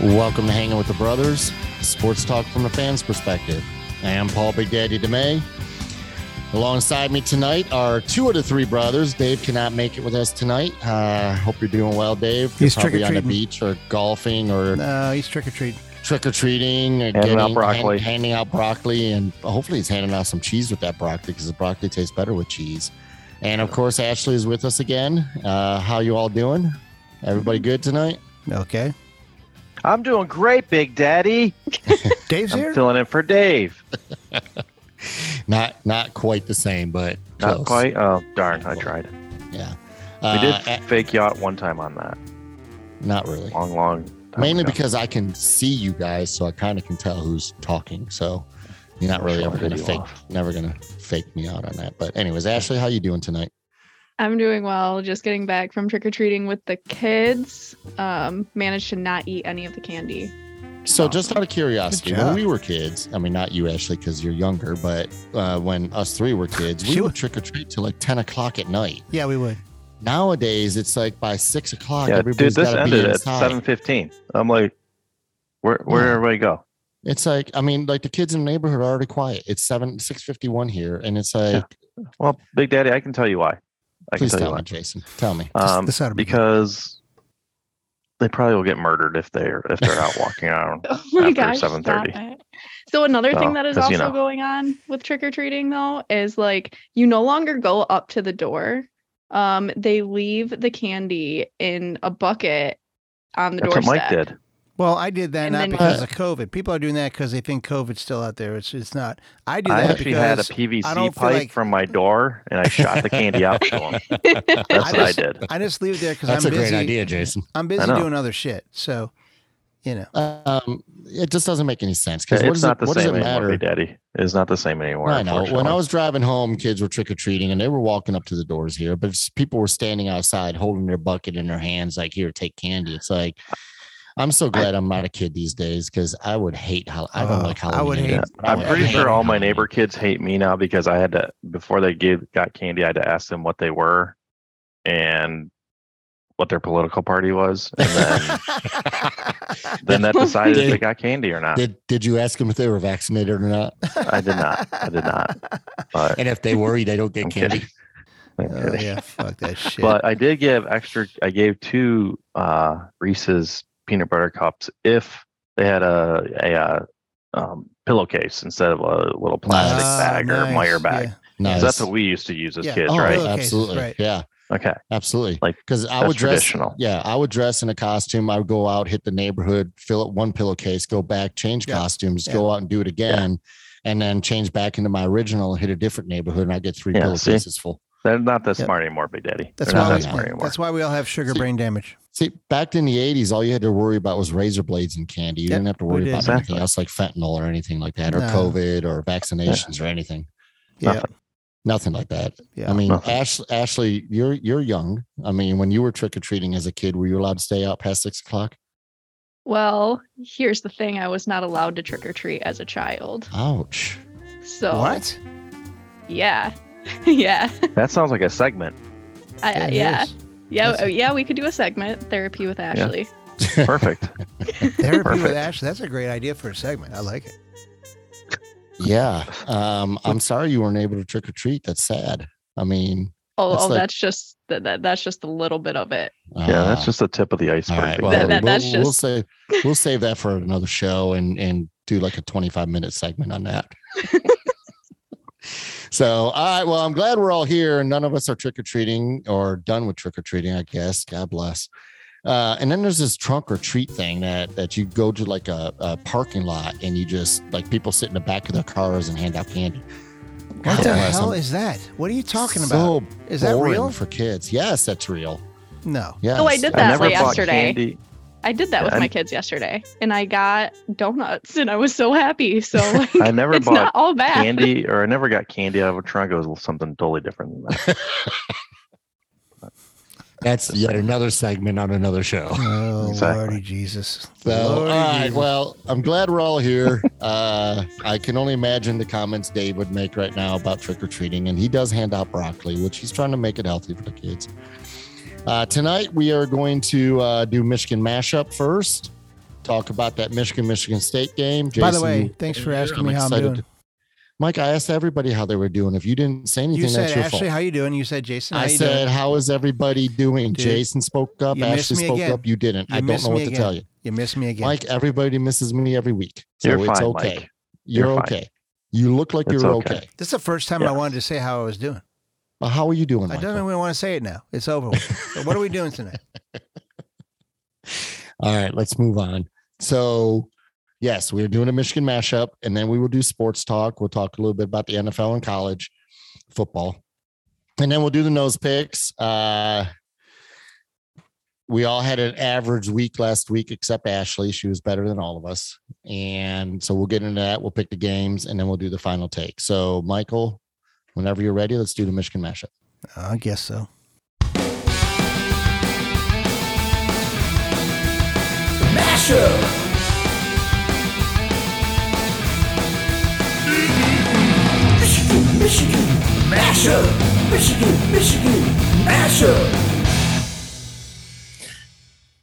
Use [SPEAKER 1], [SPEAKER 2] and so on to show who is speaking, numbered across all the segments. [SPEAKER 1] Welcome to Hanging with the Brothers, sports talk from the fans' perspective. I am Paul Big Daddy DeMay. Alongside me tonight are two of the three brothers. Dave cannot make it with us tonight. Uh, hope you're doing well, Dave. You're
[SPEAKER 2] He's
[SPEAKER 1] probably on the
[SPEAKER 2] trick-or-treating.
[SPEAKER 1] beach or golfing or
[SPEAKER 2] No, Uh, he's trick or treat.
[SPEAKER 1] trick or treating,
[SPEAKER 3] Handing out broccoli.
[SPEAKER 1] handing out broccoli, and hopefully he's handing out some cheese with that broccoli because the broccoli tastes better with cheese. And of course, Ashley is with us again. Uh, how you all doing? Everybody
[SPEAKER 2] Mm-hmm.
[SPEAKER 1] good tonight?
[SPEAKER 2] Okay.
[SPEAKER 3] I'm doing great, Big Daddy.
[SPEAKER 2] Dave's
[SPEAKER 3] I'm
[SPEAKER 2] here.
[SPEAKER 3] filling in for Dave.
[SPEAKER 1] Not not quite the same, but
[SPEAKER 3] Not
[SPEAKER 1] close.
[SPEAKER 3] quite. Oh, darn. I tried.
[SPEAKER 1] Yeah,
[SPEAKER 3] We did
[SPEAKER 1] uh, a-
[SPEAKER 3] fake yacht one time on that.
[SPEAKER 1] not really.
[SPEAKER 3] Long, long. Time
[SPEAKER 1] Mainly
[SPEAKER 3] ago.
[SPEAKER 1] because I can see you guys, so I kind of can tell who's talking. So you're not really
[SPEAKER 3] Sure,
[SPEAKER 1] ever gonna
[SPEAKER 3] video
[SPEAKER 1] fake,
[SPEAKER 3] off.
[SPEAKER 1] never gonna fake me out on that. But anyways, Ashley, how you doing tonight?
[SPEAKER 4] I'm doing well. Just getting back from trick or treating with the kids. Um, managed to not eat any of the candy.
[SPEAKER 1] So, just out of curiosity,
[SPEAKER 2] Good
[SPEAKER 1] when
[SPEAKER 2] job.
[SPEAKER 1] we were kids, I mean, not you, Ashley, because you're younger, but uh, when us three were kids, we
[SPEAKER 2] Sure.
[SPEAKER 1] would trick or treat till like 10 o'clock at night.
[SPEAKER 2] Yeah, we would.
[SPEAKER 1] Nowadays, it's like by six o'clock,
[SPEAKER 3] Yeah, dude,
[SPEAKER 1] everybody's
[SPEAKER 3] this
[SPEAKER 1] got to be
[SPEAKER 3] ended at
[SPEAKER 1] inside.
[SPEAKER 3] 7:15. I'm like, where where
[SPEAKER 1] Yeah.
[SPEAKER 3] did everybody go?
[SPEAKER 1] It's like, I mean, like the kids in the neighborhood are already quiet. It's seven, 651 here. And it's like,
[SPEAKER 3] Well, Big Daddy, I can tell you why. I can
[SPEAKER 1] please
[SPEAKER 3] tell you
[SPEAKER 1] tell me,
[SPEAKER 3] why.
[SPEAKER 1] Jason. Tell me.
[SPEAKER 2] This,
[SPEAKER 3] Um,
[SPEAKER 2] this ought to be good.
[SPEAKER 3] because they probably will get murdered if they're if they're out walking around.
[SPEAKER 4] Oh my
[SPEAKER 3] After
[SPEAKER 4] gosh! stop
[SPEAKER 3] 7:30.
[SPEAKER 4] it. So another
[SPEAKER 3] So,
[SPEAKER 4] thing that is
[SPEAKER 3] 'cause,
[SPEAKER 4] also
[SPEAKER 3] you know.
[SPEAKER 4] going on with trick or treating though is like you no longer go up to the door. Um, they leave the candy in a bucket on the
[SPEAKER 3] That's what
[SPEAKER 4] doorstep.
[SPEAKER 3] Mike did.
[SPEAKER 2] Well, I did that
[SPEAKER 4] And
[SPEAKER 2] not
[SPEAKER 4] then-
[SPEAKER 2] because of COVID. People are doing that because they think COVID's still out there. It's it's not. I do
[SPEAKER 3] I
[SPEAKER 2] that
[SPEAKER 3] actually had a
[SPEAKER 2] because I don't
[SPEAKER 3] PVC
[SPEAKER 2] feel
[SPEAKER 3] pipe
[SPEAKER 2] like-
[SPEAKER 3] from my door and I shot the candy out to him. That's
[SPEAKER 2] I
[SPEAKER 3] what I
[SPEAKER 2] just-
[SPEAKER 3] did.
[SPEAKER 2] I just leave it there because I'm
[SPEAKER 1] That's a
[SPEAKER 2] busy.
[SPEAKER 1] great idea, Jason.
[SPEAKER 2] I'm busy
[SPEAKER 3] know.
[SPEAKER 2] doing other shit. So, you know,
[SPEAKER 1] Um, it just doesn't make any sense because what,
[SPEAKER 3] It's
[SPEAKER 1] does it,
[SPEAKER 3] not the
[SPEAKER 1] what does
[SPEAKER 3] same
[SPEAKER 1] it
[SPEAKER 3] anymore,
[SPEAKER 1] matter?
[SPEAKER 3] Big Daddy. It's not the same anymore.
[SPEAKER 1] I know. When
[SPEAKER 3] unfortunately.
[SPEAKER 1] I was driving home, kids were trick or treating and they were walking up to the doors here, but it's- people were standing outside holding their bucket in their hands, like, here, take candy. It's like, I'm so glad I, am not a kid these days because I would hate how I don't
[SPEAKER 2] Oh,
[SPEAKER 1] like
[SPEAKER 2] I
[SPEAKER 1] Halloween.
[SPEAKER 2] would hate-
[SPEAKER 1] anymore, but I
[SPEAKER 3] I'm
[SPEAKER 1] would
[SPEAKER 3] pretty
[SPEAKER 1] hate
[SPEAKER 3] sure all my
[SPEAKER 1] Halloween.
[SPEAKER 3] neighbor kids hate me now because I had to before they gave got candy, I had to ask them what they were and what their political party was, and then then that decided if they got candy or not.
[SPEAKER 1] Did, did you ask them if they were vaccinated or not?
[SPEAKER 3] I did not. I did not. But
[SPEAKER 1] And if they were, they don't get
[SPEAKER 3] I'm
[SPEAKER 1] candy.
[SPEAKER 3] kidding. I'm
[SPEAKER 2] Oh,
[SPEAKER 3] kidding.
[SPEAKER 2] yeah, fuck that shit.
[SPEAKER 3] But I did give extra. I gave two uh, Reese's peanut butter cups if they had a a, uh um, pillowcase instead of a little plastic
[SPEAKER 1] Ah, Nice.
[SPEAKER 3] uh, bag or
[SPEAKER 2] Ah, nice,
[SPEAKER 3] Meyer bag.
[SPEAKER 2] yeah.
[SPEAKER 1] Nice.
[SPEAKER 3] So that's what we used to use as
[SPEAKER 2] Yeah.
[SPEAKER 3] kids,
[SPEAKER 1] oh,
[SPEAKER 3] right?
[SPEAKER 2] Pillowcases,
[SPEAKER 1] absolutely.
[SPEAKER 2] right.
[SPEAKER 1] Yeah,
[SPEAKER 3] Okay.
[SPEAKER 1] absolutely.
[SPEAKER 3] Like,
[SPEAKER 1] because I
[SPEAKER 3] that's
[SPEAKER 1] would dress.
[SPEAKER 3] traditional.
[SPEAKER 1] Yeah, I would dress in a costume. I would go out, hit the neighborhood, fill up one pillowcase, go back, change
[SPEAKER 2] Yeah.
[SPEAKER 1] costumes,
[SPEAKER 2] Yeah.
[SPEAKER 1] go out and do it again, and then change back into my original, hit a different neighborhood, and I get three
[SPEAKER 3] Yeah, see?
[SPEAKER 1] pillowcases full.
[SPEAKER 3] They're not that
[SPEAKER 2] Yep.
[SPEAKER 3] smart anymore, Big Daddy.
[SPEAKER 2] that's
[SPEAKER 3] They're
[SPEAKER 2] why
[SPEAKER 3] not
[SPEAKER 2] we,
[SPEAKER 3] that smart anymore.
[SPEAKER 2] that's why we all have sugar
[SPEAKER 1] See-
[SPEAKER 2] brain damage.
[SPEAKER 1] See, back in the '80s, all you had to worry about was razor blades and candy. You
[SPEAKER 2] Yep,
[SPEAKER 1] didn't have to
[SPEAKER 2] we
[SPEAKER 1] worry
[SPEAKER 2] did.
[SPEAKER 1] about
[SPEAKER 3] Exactly.
[SPEAKER 1] anything else like fentanyl or anything like that, or
[SPEAKER 2] No.
[SPEAKER 1] COVID or vaccinations or anything.
[SPEAKER 2] Yeah,
[SPEAKER 3] Nothing.
[SPEAKER 1] Nothing like that.
[SPEAKER 2] yeah.
[SPEAKER 1] I mean,
[SPEAKER 3] nothing.
[SPEAKER 1] Ash, Ashley, you're you're young. I mean, when you were trick or treating as a kid, were you allowed to stay out past six o'clock?
[SPEAKER 4] Well, here's the thing: I was not allowed to trick or treat as a child.
[SPEAKER 1] Ouch.
[SPEAKER 4] So
[SPEAKER 2] what?
[SPEAKER 4] Yeah, yeah,
[SPEAKER 3] That sounds like a segment.
[SPEAKER 2] Yeah, it
[SPEAKER 4] I, yeah. uh, yeah.
[SPEAKER 2] is.
[SPEAKER 4] Yeah,
[SPEAKER 2] That's-
[SPEAKER 4] oh, yeah, we could do a segment therapy with Ashley.
[SPEAKER 3] Perfect.
[SPEAKER 2] Therapy with
[SPEAKER 3] Perfect.
[SPEAKER 2] Ashley. That's a great idea for a segment. I like it.
[SPEAKER 1] Yeah. Um, I'm sorry you weren't able to trick or treat. That's sad. I mean,
[SPEAKER 4] Oh,
[SPEAKER 1] That's
[SPEAKER 4] oh,
[SPEAKER 1] like-
[SPEAKER 4] that's just that, that that's just a little bit of it.
[SPEAKER 3] yeah,
[SPEAKER 1] uh,
[SPEAKER 3] that's just the tip of the
[SPEAKER 1] all
[SPEAKER 3] iceberg.
[SPEAKER 1] right.
[SPEAKER 3] Big
[SPEAKER 1] Well,
[SPEAKER 4] That-
[SPEAKER 3] Daddy.
[SPEAKER 4] that- that's
[SPEAKER 1] we'll, we'll
[SPEAKER 4] just-
[SPEAKER 1] save we'll save that for another show and and do like a 25 minute segment on that. so, all right. Well, I'm glad we're all here. None of us are trick or treating or done with trick or treating. I guess. God bless. Uh, and then there's this trunk or treat thing that that you go to like a, a parking lot and you just like people sit in the back of their cars and hand out candy.
[SPEAKER 2] What
[SPEAKER 1] God
[SPEAKER 2] the
[SPEAKER 1] bless
[SPEAKER 2] hell
[SPEAKER 1] them.
[SPEAKER 2] is that? What are you talking
[SPEAKER 1] So
[SPEAKER 2] about? Is that
[SPEAKER 1] boring
[SPEAKER 2] real?
[SPEAKER 1] for kids. Yes, that's real.
[SPEAKER 2] No.
[SPEAKER 1] Yes.
[SPEAKER 4] Oh, I did
[SPEAKER 3] I
[SPEAKER 4] that
[SPEAKER 3] never
[SPEAKER 4] like
[SPEAKER 3] bought
[SPEAKER 4] yesterday.
[SPEAKER 3] candy.
[SPEAKER 4] I did that
[SPEAKER 3] Yeah,
[SPEAKER 4] with
[SPEAKER 3] I'm-
[SPEAKER 4] my kids yesterday, and I got donuts, and I was so happy. So like,
[SPEAKER 3] I never
[SPEAKER 4] it's
[SPEAKER 3] bought
[SPEAKER 4] not all bad.
[SPEAKER 3] candy, or I never got candy out of a trunk. It was something totally different than that.
[SPEAKER 1] That's yet another segment on another show.
[SPEAKER 2] Oh,
[SPEAKER 3] Exactly.
[SPEAKER 2] Lordy Jesus.
[SPEAKER 1] So, all
[SPEAKER 2] Lordy
[SPEAKER 1] right.
[SPEAKER 2] Jesus.
[SPEAKER 1] Well, I'm glad we're all here. uh, I can only imagine the comments Dave would make right now about trick or treating, and he does hand out broccoli, which he's trying to make it healthy for the kids. Uh, tonight, we are going to uh, do Michigan mashup first. talk about that Michigan Michigan State game. Jason,
[SPEAKER 2] By the way, thanks for asking me how I'm doing.
[SPEAKER 1] Mike, I asked everybody how they were doing. If you didn't say anything,
[SPEAKER 2] You
[SPEAKER 1] that's
[SPEAKER 2] said
[SPEAKER 1] your
[SPEAKER 2] Ashley,
[SPEAKER 1] fault.
[SPEAKER 2] how you doing? You said Jason, how
[SPEAKER 1] I
[SPEAKER 2] you
[SPEAKER 1] said,
[SPEAKER 2] doing?
[SPEAKER 1] "How is everybody doing?"
[SPEAKER 2] Dude,
[SPEAKER 1] Jason spoke up.
[SPEAKER 2] you missed
[SPEAKER 1] Ashley
[SPEAKER 2] me
[SPEAKER 1] spoke
[SPEAKER 2] again.
[SPEAKER 1] up. You didn't.
[SPEAKER 2] You
[SPEAKER 1] I don't
[SPEAKER 2] missed
[SPEAKER 1] know what
[SPEAKER 2] me
[SPEAKER 1] to
[SPEAKER 2] again.
[SPEAKER 1] tell you,
[SPEAKER 2] You missed me again.
[SPEAKER 1] Mike. Everybody misses me every week, so
[SPEAKER 3] You're
[SPEAKER 1] it's
[SPEAKER 3] fine,
[SPEAKER 1] okay.
[SPEAKER 3] Mike.
[SPEAKER 1] You're,
[SPEAKER 3] You're fine.
[SPEAKER 1] okay. You look like
[SPEAKER 3] It's
[SPEAKER 1] you're okay.
[SPEAKER 3] okay.
[SPEAKER 2] this is the first time
[SPEAKER 3] Yeah.
[SPEAKER 2] I wanted to say how I was doing.
[SPEAKER 1] But how are you doing,
[SPEAKER 2] I
[SPEAKER 1] Michael?
[SPEAKER 2] don't even want to say it now. It's over. with. So what are we doing tonight?
[SPEAKER 1] All right, let's move on. So, yes, we're doing a Michigan mashup, and then we will do sports talk. We'll talk a little bit about the NFL and college football, and then we'll do the nose picks. Uh, we all had an average week last week, except Ashley. She was better than all of us, and so we'll get into that. We'll pick the games, and then we'll do the final take. So, Michael, whenever you're ready, let's do the Michigan mashup.
[SPEAKER 2] I guess so.
[SPEAKER 5] Michigan, Michigan, mashup. Michigan, Michigan, mashup.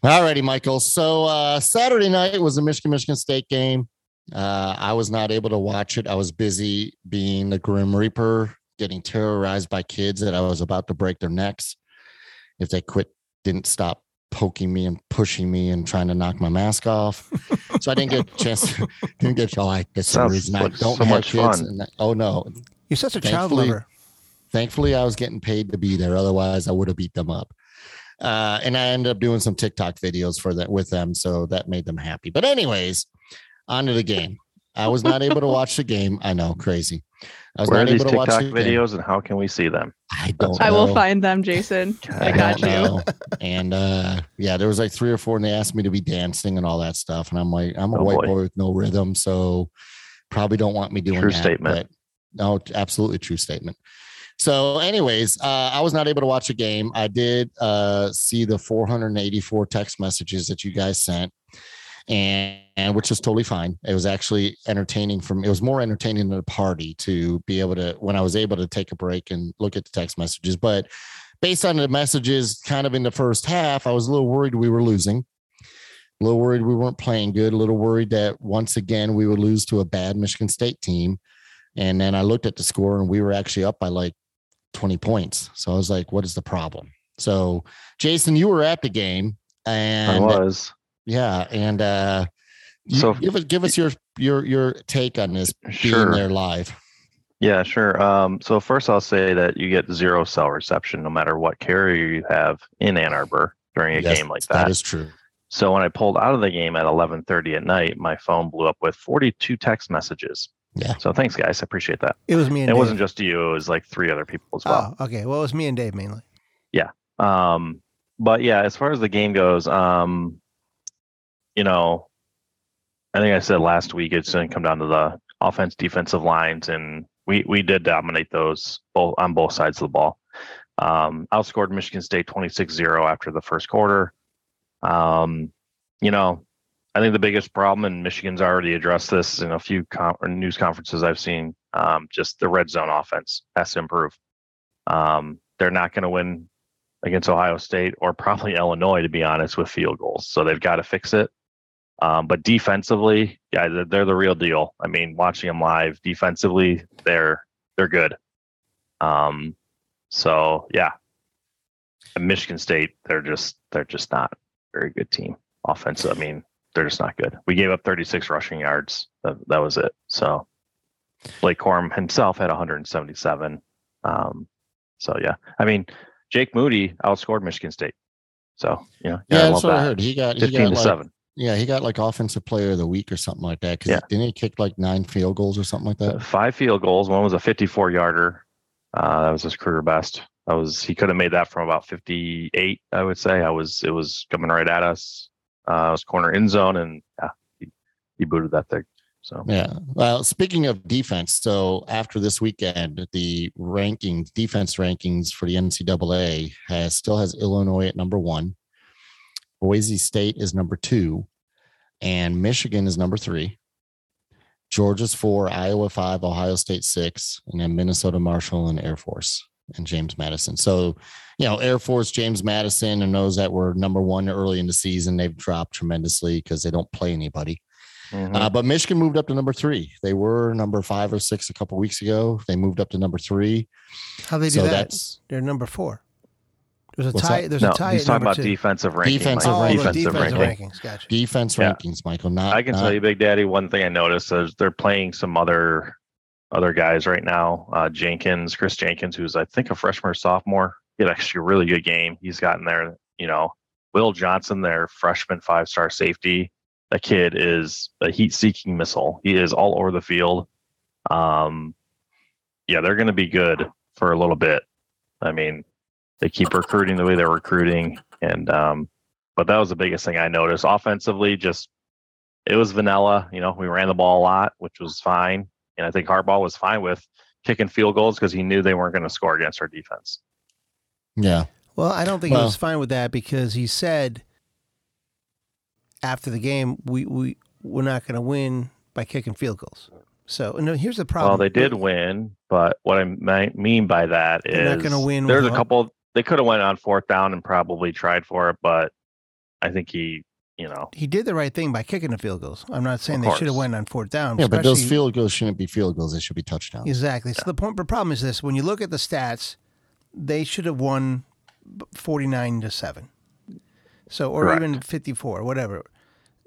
[SPEAKER 1] All righty, Michael. So uh, Saturday night was the Michigan Michigan State game. Uh, I was not able to watch it. I was busy being the Grim Reaper, getting terrorized by kids that I was about to break their necks if they quit, didn't stop poking me and pushing me and trying to knock my mask off. so I didn't get a chance. didn't get oh, I, that's the
[SPEAKER 3] Sounds
[SPEAKER 1] reason I
[SPEAKER 3] like
[SPEAKER 1] don't
[SPEAKER 3] so
[SPEAKER 1] have
[SPEAKER 3] much
[SPEAKER 1] kids.
[SPEAKER 3] fun.
[SPEAKER 1] And that- oh no,
[SPEAKER 2] You're such a child
[SPEAKER 1] Thankfully-
[SPEAKER 2] lover.
[SPEAKER 1] Thankfully, I was getting paid to be there. Otherwise, I would have beat them up. Uh, and I ended up doing some TikTok videos for that with them, so that made them happy. But anyways, on to the game. I was not able to watch the game. I know, crazy. I was
[SPEAKER 3] Where are
[SPEAKER 1] not
[SPEAKER 3] these
[SPEAKER 1] able to
[SPEAKER 3] TikTok
[SPEAKER 1] watch the game.
[SPEAKER 3] videos and how can we see them?
[SPEAKER 1] I don't.
[SPEAKER 4] I will
[SPEAKER 1] know.
[SPEAKER 4] find them, Jason. I
[SPEAKER 1] don't
[SPEAKER 4] got you.
[SPEAKER 1] know. And uh, yeah, there was like three or four, and they asked me to be dancing and all that stuff. And I'm like, I'm a
[SPEAKER 3] Oh,
[SPEAKER 1] white
[SPEAKER 3] boy.
[SPEAKER 1] boy with no rhythm, so probably don't want me doing
[SPEAKER 3] True
[SPEAKER 1] that, but-
[SPEAKER 3] statement.
[SPEAKER 1] no, absolutely true statement. So, anyways, uh, I was not able to watch a game. I did uh, see the 484 text messages that you guys sent, and, and which is totally fine. It was actually entertaining from. It was more entertaining than a party to be able to when I was able to take a break and look at the text messages. But based on the messages, kind of in the first half, I was a little worried we were losing. A little worried we weren't playing good. A little worried that once again we would lose to a bad Michigan State team. And then I looked at the score and we were actually up by like 20 points. So I was like, what is the problem? So, Jason, you were at the game
[SPEAKER 3] I
[SPEAKER 1] and
[SPEAKER 3] was.
[SPEAKER 1] yeah, and uh you-
[SPEAKER 3] So-
[SPEAKER 1] give us give us your your your take on this being
[SPEAKER 3] Sure.
[SPEAKER 1] there live.
[SPEAKER 3] Yeah, sure. Um, so first, I'll say that you get zero cell reception no matter what carrier you have in Ann Arbor during a
[SPEAKER 1] Yes,
[SPEAKER 3] game like
[SPEAKER 1] that
[SPEAKER 3] that.
[SPEAKER 1] is true.
[SPEAKER 3] so when I pulled out of the game at 11:30 at night, my phone blew up with 42 text messages.
[SPEAKER 1] Yeah.
[SPEAKER 3] So thanks, guys. I appreciate that.
[SPEAKER 2] It was me and
[SPEAKER 3] it
[SPEAKER 2] Dave.
[SPEAKER 3] wasn't just you; it was like three other people as well.
[SPEAKER 2] Oh, okay. Well, it was me and Dave mainly.
[SPEAKER 3] Um, but yeah, as far as the game goes, um, you know, I think I said last week it's going to come down to the offense defensive lines, and we we did dominate those both on both sides of the ball. Um, outscored Michigan State 26-0 after the first quarter. Um, you know, I think the biggest problem, and Michigan's already addressed this in a few con- or news conferences I've seen, um, just the red zone offense has to improve. Um, they're not going to win against Ohio State or probably Illinois, to be honest, with field goals. So they've got to fix it. Um, but defensively, yeah, they're, they're the real deal. I mean, watching them live defensively, they're they're good. Um, so yeah, And Michigan State, they're just they're just not a very good team offensive. I mean, they're just not good. We gave up 36 rushing yards. That, that was it. So Blake Corm himself had 177. Um, so yeah, I mean, Jake Moody outscored Michigan State. So you know,
[SPEAKER 1] Yeah,
[SPEAKER 3] yeah, I love
[SPEAKER 1] that's what I
[SPEAKER 3] that.
[SPEAKER 1] heard. He got he
[SPEAKER 3] 15
[SPEAKER 1] got
[SPEAKER 3] to
[SPEAKER 1] like,
[SPEAKER 3] seven.
[SPEAKER 1] yeah, he got like offensive player of the week or something like that. Cause
[SPEAKER 3] Yeah.
[SPEAKER 1] didn't he kick like nine field goals or something like that?
[SPEAKER 3] Uh, five field goals. One was a 54 yarder. Uh, that was his career best. That was he could have made that from about 58. I would say I was it was coming right at us. Uh, I was corner end zone and yeah, he, he booted that thing.
[SPEAKER 2] Uh,
[SPEAKER 3] So
[SPEAKER 1] Yeah. Well, speaking of defense, so after this weekend, the rankings, defense rankings for the NCAA has still has Illinois at number one, Boise State is number two, and Michigan is number three. Georgia's four, Iowa five, Ohio State six, and then Minnesota Marshall and Air Force. and James Madison. So, you know, Air Force, James Madison, and those that were number one early in the season, they've dropped tremendously because they don't play anybody.
[SPEAKER 3] Mhm.
[SPEAKER 1] Uh, but Michigan moved up to number three. They were number five or six a couple weeks ago. They moved up to number three.
[SPEAKER 2] How they do
[SPEAKER 1] so
[SPEAKER 2] that?
[SPEAKER 1] that's
[SPEAKER 2] They're number four. There's a
[SPEAKER 1] What's
[SPEAKER 2] tie.
[SPEAKER 1] that?
[SPEAKER 2] There's
[SPEAKER 3] no,
[SPEAKER 2] a tie.
[SPEAKER 3] he's
[SPEAKER 2] at
[SPEAKER 3] talking
[SPEAKER 2] number
[SPEAKER 3] about
[SPEAKER 2] two.
[SPEAKER 3] defensive ranking.
[SPEAKER 1] Defensive
[SPEAKER 2] Oh,
[SPEAKER 3] Mike.
[SPEAKER 1] ranking.
[SPEAKER 2] the
[SPEAKER 3] defensive
[SPEAKER 2] defensive
[SPEAKER 3] ranking.
[SPEAKER 2] rankings. Gotcha.
[SPEAKER 1] defense
[SPEAKER 3] Yeah.
[SPEAKER 1] rankings, Michael. Not
[SPEAKER 3] I can
[SPEAKER 1] not-
[SPEAKER 3] tell you, Big Daddy. One thing I noticed is they're playing some other other guys right now. Uh, Jenkins, Chris Jenkins, who's I think a freshman or sophomore, he had actually a really good game. He's gotten there. You know, Will Johnson, their freshman five star safety. That kid is a heat seeking missile. He is all over the field. Um, yeah, they're going to be good for a little bit. I mean, they keep recruiting the way they're recruiting, and um, but that was the biggest thing I noticed offensively. Just it was vanilla. You know, we ran the ball a lot, which was fine. And I think Harbaugh was fine with kicking field goals because he knew they weren't going to score against our defense.
[SPEAKER 1] Yeah.
[SPEAKER 2] Well, I don't think he
[SPEAKER 1] Well-
[SPEAKER 2] was fine with that because he said after the game, we, we, we're not going to win by kicking field goals. So, no, here's the problem.
[SPEAKER 3] Well, they did win, but what I mi- mean by that
[SPEAKER 2] They're not
[SPEAKER 3] is
[SPEAKER 2] gonna win
[SPEAKER 3] there's a
[SPEAKER 2] without-
[SPEAKER 3] couple. They could have went on fourth down and probably tried for it, but I think he, you know,
[SPEAKER 2] He did the right thing by kicking the field goals. I'm not saying
[SPEAKER 3] Of
[SPEAKER 2] they should have
[SPEAKER 3] course.
[SPEAKER 2] went on fourth down.
[SPEAKER 1] Yeah, but those
[SPEAKER 2] especially-
[SPEAKER 1] field goals shouldn't be field goals. They should be
[SPEAKER 3] Oh.
[SPEAKER 1] touchdowns.
[SPEAKER 2] Exactly. So the point, the problem is this: when you look at the stats, they should have won forty-nine to seven, so or
[SPEAKER 3] Correct.
[SPEAKER 2] even fifty-four, whatever.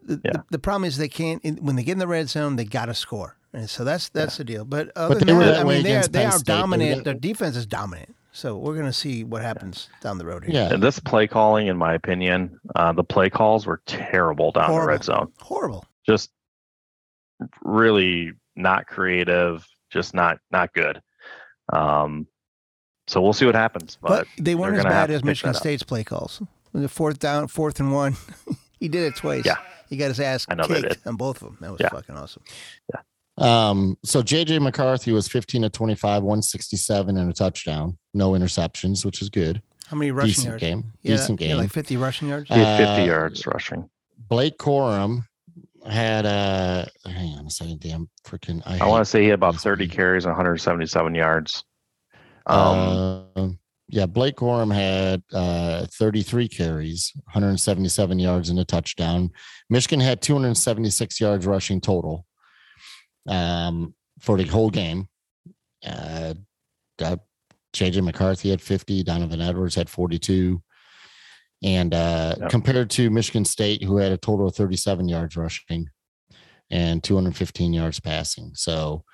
[SPEAKER 2] The,
[SPEAKER 3] Yeah.
[SPEAKER 2] the, the problem is they can't. in- When they get in the red zone, they got to score, and so that's that's the deal. But other
[SPEAKER 1] they
[SPEAKER 2] than
[SPEAKER 1] were
[SPEAKER 2] that,
[SPEAKER 1] that
[SPEAKER 2] I
[SPEAKER 1] way
[SPEAKER 2] mean, they are
[SPEAKER 1] against
[SPEAKER 2] they
[SPEAKER 1] Penn
[SPEAKER 2] are
[SPEAKER 1] State. They were
[SPEAKER 2] dominant.
[SPEAKER 1] that-
[SPEAKER 2] Their defense is dominant. So we're gonna see what happens down the road here.
[SPEAKER 1] Yeah.
[SPEAKER 3] and this play calling, in my opinion, uh, the play calls were terrible down
[SPEAKER 2] Horrible.
[SPEAKER 3] the red zone.
[SPEAKER 2] Horrible.
[SPEAKER 3] just really not creative, just not not good. Um, so we'll see what happens.
[SPEAKER 2] But,
[SPEAKER 3] But,
[SPEAKER 2] they weren't
[SPEAKER 3] they're
[SPEAKER 2] as
[SPEAKER 3] gonna have
[SPEAKER 2] bad
[SPEAKER 3] to
[SPEAKER 2] as
[SPEAKER 3] pick
[SPEAKER 2] Michigan
[SPEAKER 3] that up.
[SPEAKER 2] State's play calls. The fourth down, fourth and one. he did it twice.
[SPEAKER 3] Yeah.
[SPEAKER 2] He got his ass
[SPEAKER 3] I know they
[SPEAKER 2] kicked on both of them. That was
[SPEAKER 3] Yeah.
[SPEAKER 2] fucking awesome.
[SPEAKER 1] Um, so JJ McCarthy was 15 to 25, 167 and a touchdown, no interceptions, which is good.
[SPEAKER 2] How many rushing
[SPEAKER 1] Decent
[SPEAKER 2] yards?
[SPEAKER 1] game.
[SPEAKER 2] Yeah,
[SPEAKER 1] Decent
[SPEAKER 2] yeah,
[SPEAKER 1] game.
[SPEAKER 2] like 50 rushing yards.
[SPEAKER 1] Uh,
[SPEAKER 3] he had 50
[SPEAKER 1] uh,
[SPEAKER 3] yards rushing.
[SPEAKER 1] Blake Corum had uh hang on a second, damn freaking I,
[SPEAKER 3] I want
[SPEAKER 1] hate-
[SPEAKER 3] to say he had about
[SPEAKER 1] that's
[SPEAKER 3] 30
[SPEAKER 1] me.
[SPEAKER 3] carries, and 177 yards. Um,
[SPEAKER 1] um, yeah, Blake Corum had uh 33 carries, 177 yards and a touchdown. Michigan had 276 yards rushing total um for the whole game. Uh, uh JJ McCarthy had 50, Donovan Edwards had 42. And uh,
[SPEAKER 3] Yep.
[SPEAKER 1] compared to Michigan State, who had a total of 37 yards rushing and 215 yards passing. So,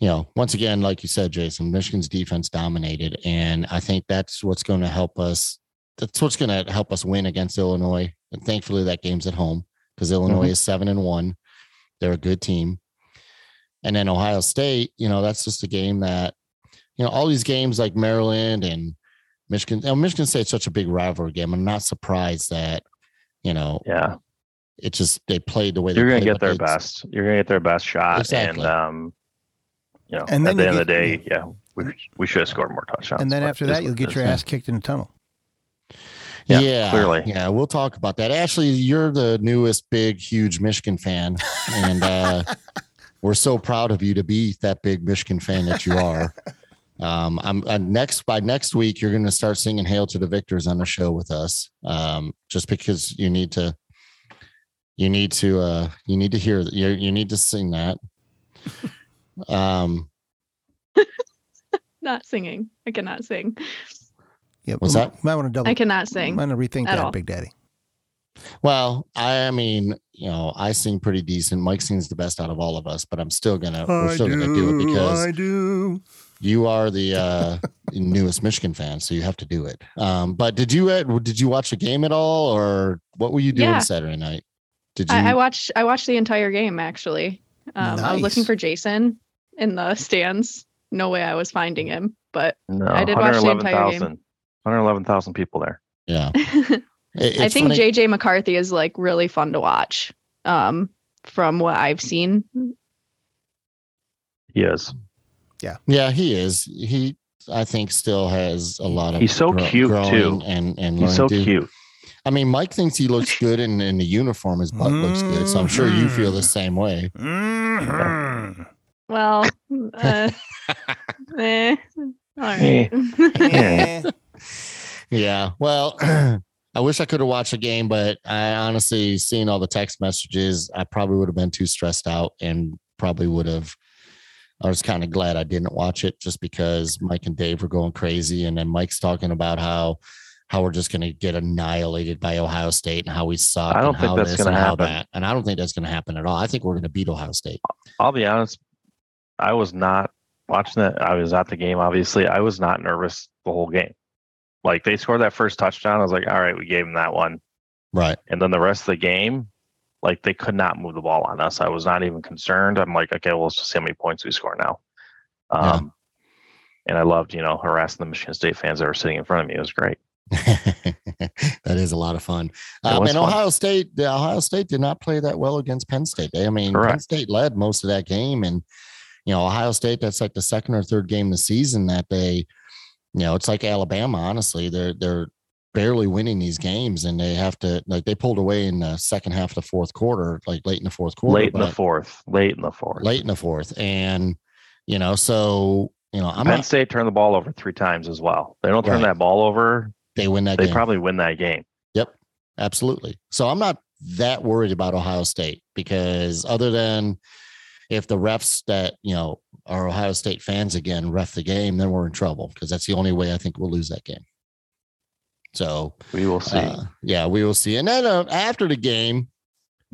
[SPEAKER 1] you know, once again, like you said, Jason, Michigan's defense dominated. And I think that's what's going to help us. That's what's going to help us win against Illinois. And thankfully, that game's at home because Illinois
[SPEAKER 3] Mm-hmm.
[SPEAKER 1] is seven and one. They're a good team. And then Ohio State, you know, that's just a game that, you know, all these games like Maryland and Michigan, you know, Michigan State's such a big rivalry game. I'm not surprised that, you know,
[SPEAKER 3] yeah,
[SPEAKER 1] it just they played the way
[SPEAKER 3] you're
[SPEAKER 1] they
[SPEAKER 3] going to
[SPEAKER 1] played, but
[SPEAKER 3] get their
[SPEAKER 1] it's-
[SPEAKER 3] best. You're going to get their best shot.
[SPEAKER 1] Exactly.
[SPEAKER 3] And, um, you know,
[SPEAKER 2] And then
[SPEAKER 3] at the
[SPEAKER 2] you
[SPEAKER 3] end of the
[SPEAKER 2] get-
[SPEAKER 3] day, yeah, we, we should have scored more touchdowns.
[SPEAKER 2] And then
[SPEAKER 3] but
[SPEAKER 2] after
[SPEAKER 3] it is
[SPEAKER 2] that,
[SPEAKER 3] what
[SPEAKER 2] you'll
[SPEAKER 3] it
[SPEAKER 2] get
[SPEAKER 3] is.
[SPEAKER 2] your ass kicked in the tunnel.
[SPEAKER 3] Yeah,
[SPEAKER 1] yeah,
[SPEAKER 3] clearly.
[SPEAKER 1] Yeah, we'll talk about that. Ashley, you're the newest big, huge Michigan fan, and uh, we're so proud of you to be that big Michigan fan that you are. Um, I'm uh, next by next week. You're going to start singing "Hail to the Victors" on the show with us, um, just because you need to. You need to. Uh, you need to hear. that. You you need to sing that. Um,
[SPEAKER 4] Not singing. I cannot sing.
[SPEAKER 2] Yep.
[SPEAKER 1] What's
[SPEAKER 2] You
[SPEAKER 1] that?
[SPEAKER 2] Might want to double.
[SPEAKER 4] I cannot
[SPEAKER 2] might
[SPEAKER 4] sing.
[SPEAKER 2] want to rethink
[SPEAKER 4] at
[SPEAKER 2] that,
[SPEAKER 4] all.
[SPEAKER 2] Big Daddy.
[SPEAKER 1] Well, I mean, you know, I sing pretty decent. Mike sings the best out of all of us, but I'm still gonna we're still gonna do it because
[SPEAKER 2] I do.
[SPEAKER 1] you are the uh, newest Michigan fan, so you have to do it. Um, but did you uh, did you watch the game at all, or what were you doing
[SPEAKER 4] Yeah.
[SPEAKER 1] Saturday night? Did you?
[SPEAKER 4] I, I watched I watched the entire game actually. Um, I was looking
[SPEAKER 2] Nice.
[SPEAKER 4] for Jason in the stands. No way I was finding him, but
[SPEAKER 3] No,
[SPEAKER 4] I did watch the entire game.
[SPEAKER 3] 111,000 111,000 people there.
[SPEAKER 1] yeah,
[SPEAKER 4] I
[SPEAKER 1] It- it's
[SPEAKER 4] think
[SPEAKER 1] funny-
[SPEAKER 4] JJ McCarthy is like really fun to watch. Um, from what I've seen,
[SPEAKER 3] He is.
[SPEAKER 1] Yeah, he is. He I think still has a lot of.
[SPEAKER 3] He's so cute,
[SPEAKER 1] growing
[SPEAKER 3] too.
[SPEAKER 1] and and learning
[SPEAKER 3] He's so
[SPEAKER 1] to-
[SPEAKER 3] cute.
[SPEAKER 1] I mean, Mike thinks he looks good, and in the uniform, his butt looks good. So I'm sure you feel the same way.
[SPEAKER 2] Mhm.
[SPEAKER 4] well, uh, eh, All right.
[SPEAKER 2] Eh.
[SPEAKER 1] Yeah. Well, I wish I could have watched the game, but I honestly, seeing all the text messages, I probably would have been too stressed out and probably would have. I was kind of glad I didn't watch it just because Mike and Dave were going crazy. And then Mike's talking about how how we're just going to get annihilated by Ohio State and how we suck.
[SPEAKER 3] I don't
[SPEAKER 1] and
[SPEAKER 3] think
[SPEAKER 1] how
[SPEAKER 3] that's
[SPEAKER 1] this
[SPEAKER 3] gonna
[SPEAKER 1] and how
[SPEAKER 3] happen.
[SPEAKER 1] that. And I don't think that's going to happen at all. I think we're going to beat Ohio State.
[SPEAKER 3] I'll be honest. I was not watching that. I was at the game, obviously. I was not nervous the whole game. Like they scored that first touchdown. I was like, all right, we gave them that one.
[SPEAKER 1] Right.
[SPEAKER 3] And then the rest of the game, like they could not move the ball on us. I was not even concerned. I'm like, okay, well, let's just see how many points we score now. Um, And I loved, you know, harassing the Michigan State fans that were sitting in front of me. It was great.
[SPEAKER 1] that is a lot of fun.
[SPEAKER 3] It
[SPEAKER 1] Um,
[SPEAKER 3] was
[SPEAKER 1] and
[SPEAKER 3] fun.
[SPEAKER 1] Ohio State, the Ohio State did not play that well against Penn State. They- I mean, Penn
[SPEAKER 3] Correct.
[SPEAKER 1] State led most of that game, and you know, Ohio State. That's like the second or third game of the season that they, you know, it's like Alabama. Honestly, they're they're barely winning these games, and they have to like they pulled away in the second half of the fourth quarter, like late in the fourth quarter,
[SPEAKER 3] late in the
[SPEAKER 1] but-
[SPEAKER 3] fourth. Late in the fourth.
[SPEAKER 1] late in the fourth, and you know, so you know, I'm
[SPEAKER 3] Penn
[SPEAKER 1] not.
[SPEAKER 3] State turned the ball over three times as well. They don't turn
[SPEAKER 1] Right.
[SPEAKER 3] that ball over.
[SPEAKER 1] They win that
[SPEAKER 3] They
[SPEAKER 1] game.
[SPEAKER 3] probably win that game.
[SPEAKER 1] Absolutely. So I'm not that worried about Ohio State because other than if the refs that, you know, are Ohio State fans again ref the game, then we're in trouble because that's the only way I think we'll lose that game. So
[SPEAKER 3] We will see.
[SPEAKER 1] uh, yeah, we will see. And then uh, after the game,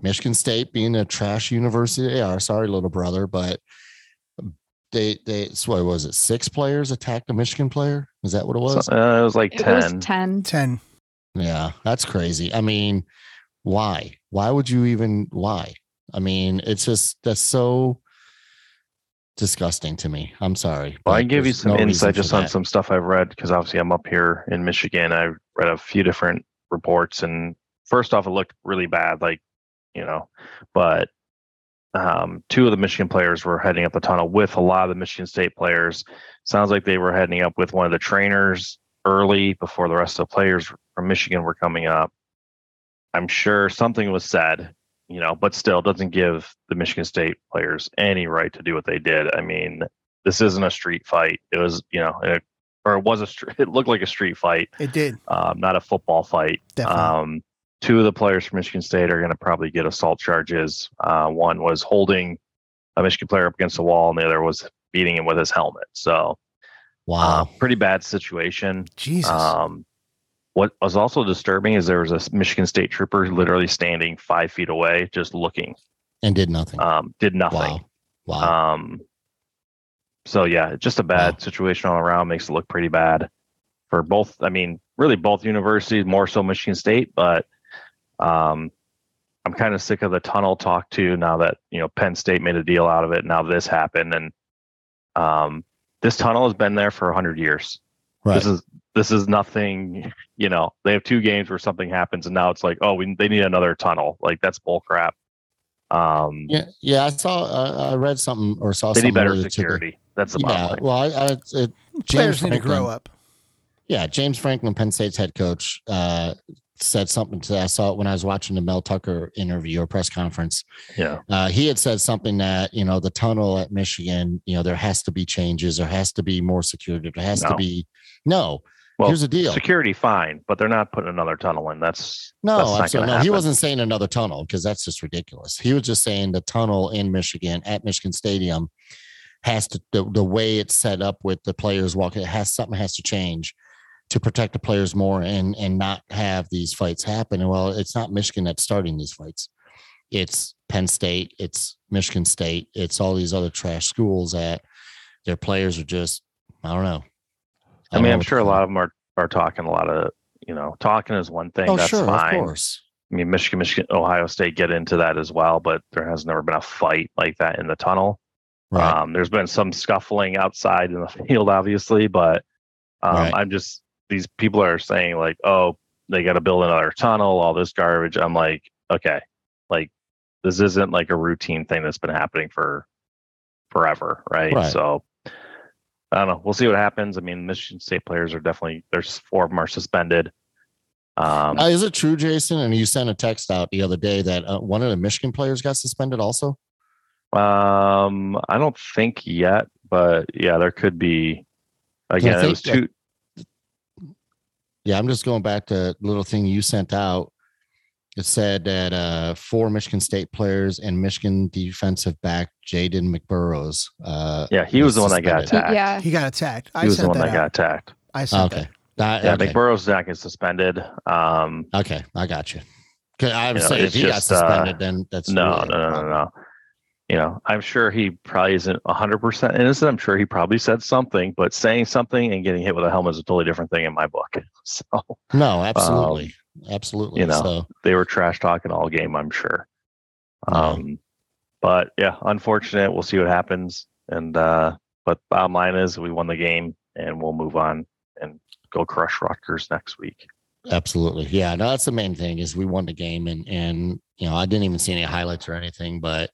[SPEAKER 1] Michigan State being a trash university, they are sorry, little brother, but they they so what was it? Six players attacked a Michigan player? Is that what it
[SPEAKER 3] So,
[SPEAKER 1] was?
[SPEAKER 3] uh, it was like
[SPEAKER 4] It
[SPEAKER 3] 10.
[SPEAKER 4] was 10.
[SPEAKER 2] Ten.
[SPEAKER 1] Yeah, that's crazy. I mean, why? Why would you even why? I mean, it's just that's so disgusting to me. I'm sorry.
[SPEAKER 3] Well, I
[SPEAKER 1] but
[SPEAKER 3] can give you
[SPEAKER 1] there's
[SPEAKER 3] some
[SPEAKER 1] no reason
[SPEAKER 3] insight
[SPEAKER 1] for
[SPEAKER 3] just on
[SPEAKER 1] that.
[SPEAKER 3] some uh, stuff I've read because obviously I'm up here in Michigan. I read a few different reports, and first off, it looked really bad, like you know, but um, two of the Michigan players were heading up the tunnel with a lot of the Michigan State players. Sounds like they were heading up with one of the trainers early before the rest of the players from Michigan were coming up. I'm sure something was said, you know, but still it doesn't give the Michigan State players any right to do what they did. I mean, this isn't a street fight. It was, you know, it, or it was a street, it looked like a street fight,
[SPEAKER 2] It did
[SPEAKER 3] um, not a football fight.
[SPEAKER 2] definitely.
[SPEAKER 1] Uh,
[SPEAKER 3] Um, two of the players from Michigan State are going to probably get assault charges. Uh, one was holding a Michigan player up against the wall, and the other was beating him with his helmet. So, uh,
[SPEAKER 1] wow.
[SPEAKER 3] pretty bad situation.
[SPEAKER 2] Jesus.
[SPEAKER 1] uh,
[SPEAKER 3] Um, what was also disturbing is there was a Michigan State trooper literally standing five feet away, just looking,
[SPEAKER 1] And did nothing.
[SPEAKER 3] um, did nothing.
[SPEAKER 1] Wow. Wow.
[SPEAKER 3] Um, so yeah, just a bad
[SPEAKER 1] Wow.
[SPEAKER 3] situation all around. Makes it look pretty bad for both. I mean, really both universities, more so Michigan State, but um, I'm kind of sick of the tunnel talk too. Now that you know Penn State made a deal out of it, now this happened, and um, this tunnel has been there for 100 years.
[SPEAKER 1] right.
[SPEAKER 3] This is this is nothing. You know, they have two games where something happens, and now it's like, oh, we, they need another tunnel. Like that's bull crap. Um,
[SPEAKER 1] yeah, yeah. I saw. Uh, I read something or saw
[SPEAKER 3] they
[SPEAKER 1] something.
[SPEAKER 3] need better
[SPEAKER 1] related to the-
[SPEAKER 3] security. That's the bottom
[SPEAKER 1] Yeah.
[SPEAKER 3] line.
[SPEAKER 1] Well, I, I, it,
[SPEAKER 2] Players
[SPEAKER 1] James
[SPEAKER 2] need to grow
[SPEAKER 1] Franklin.
[SPEAKER 2] up.
[SPEAKER 1] Yeah, James Franklin, Penn State's head coach, uh, said something to I saw it when I was watching the Mel Tucker interview or press conference.
[SPEAKER 3] Yeah.
[SPEAKER 1] Uh, he had said something that, you know, the tunnel at Michigan, you know, there has to be changes, there has to be more security, there has to
[SPEAKER 3] No.
[SPEAKER 1] be no.
[SPEAKER 3] Well,
[SPEAKER 1] Here's the deal.
[SPEAKER 3] security fine, but they're not putting another tunnel in. That's that's
[SPEAKER 1] No,
[SPEAKER 3] not
[SPEAKER 1] absolutely.
[SPEAKER 3] gonna
[SPEAKER 1] No, he
[SPEAKER 3] happen.
[SPEAKER 1] wasn't saying another tunnel because that's just ridiculous. He was just saying the tunnel in Michigan at Michigan Stadium has to the, the way it's set up with the players walking. It has something has to change to protect the players more and and not have these fights happen. And well, it's not Michigan that's starting these fights. It's Penn State. It's Michigan State. It's all these other trash schools that their players are just. I don't know.
[SPEAKER 3] I mean, I'm sure a lot of them are, are talking a lot of you know talking is one thing.
[SPEAKER 1] Oh,
[SPEAKER 3] that's
[SPEAKER 1] sure,
[SPEAKER 3] fine.
[SPEAKER 1] of course.
[SPEAKER 3] I mean, Michigan, Michigan, Ohio State get into that as well, but there has never been a fight like that in the tunnel.
[SPEAKER 1] Right.
[SPEAKER 3] Um, there's been some scuffling outside in the field, obviously, but um,
[SPEAKER 1] Right.
[SPEAKER 3] I'm just these people are saying like, oh, they got to build another tunnel, all this garbage. I'm like, okay, like this isn't like a routine thing that's been happening for forever, right?
[SPEAKER 1] Right.
[SPEAKER 3] So I don't know. We'll see what happens. I mean, Michigan State players are definitely there's four of them are suspended. Um,
[SPEAKER 1] Uh, is it true, Jason? And you sent a text out the other day that uh, one of the Michigan players got suspended also.
[SPEAKER 3] Um, I don't think yet, but yeah, there could be. Again,
[SPEAKER 1] think
[SPEAKER 3] it was
[SPEAKER 1] that-
[SPEAKER 3] two.
[SPEAKER 1] Yeah, I'm just going back to little thing you sent out. It said that uh, four Michigan State players and Michigan defensive back Jaden McBurrows. Uh,
[SPEAKER 3] Yeah, he was the one that got
[SPEAKER 1] Suspended.
[SPEAKER 3] attacked.
[SPEAKER 4] Yeah.
[SPEAKER 2] He got attacked. I
[SPEAKER 3] he was the
[SPEAKER 2] sent
[SPEAKER 3] one that,
[SPEAKER 2] that
[SPEAKER 3] got
[SPEAKER 2] out.
[SPEAKER 3] attacked.
[SPEAKER 2] I sent
[SPEAKER 1] okay.
[SPEAKER 2] that.
[SPEAKER 1] That-
[SPEAKER 3] Yeah,
[SPEAKER 1] okay.
[SPEAKER 3] McBurrow's not getting suspended. Um,
[SPEAKER 1] okay, I got you. 'Cause I was
[SPEAKER 3] You know,
[SPEAKER 1] saying if
[SPEAKER 3] it's
[SPEAKER 1] he
[SPEAKER 3] just,
[SPEAKER 1] got
[SPEAKER 3] uh,
[SPEAKER 1] suspended, then that's
[SPEAKER 3] no,
[SPEAKER 1] really-
[SPEAKER 3] no, no, no, no. You know, I'm sure he probably isn't 100 percent innocent. I'm sure he probably said something, but saying something and getting hit with a helmet is a totally different thing in my book. So
[SPEAKER 1] no, absolutely, absolutely.
[SPEAKER 3] Um, you know,
[SPEAKER 1] so
[SPEAKER 3] they were trash talking all game, I'm sure.
[SPEAKER 1] Yeah.
[SPEAKER 3] Um, but yeah, unfortunate. We'll see what happens. And uh, but bottom line is, we won the game, and we'll move on and go crush Rutgers next week.
[SPEAKER 1] Absolutely. Yeah. No, that's the main thing is we won the game and and you know, I didn't even see any highlights or anything, but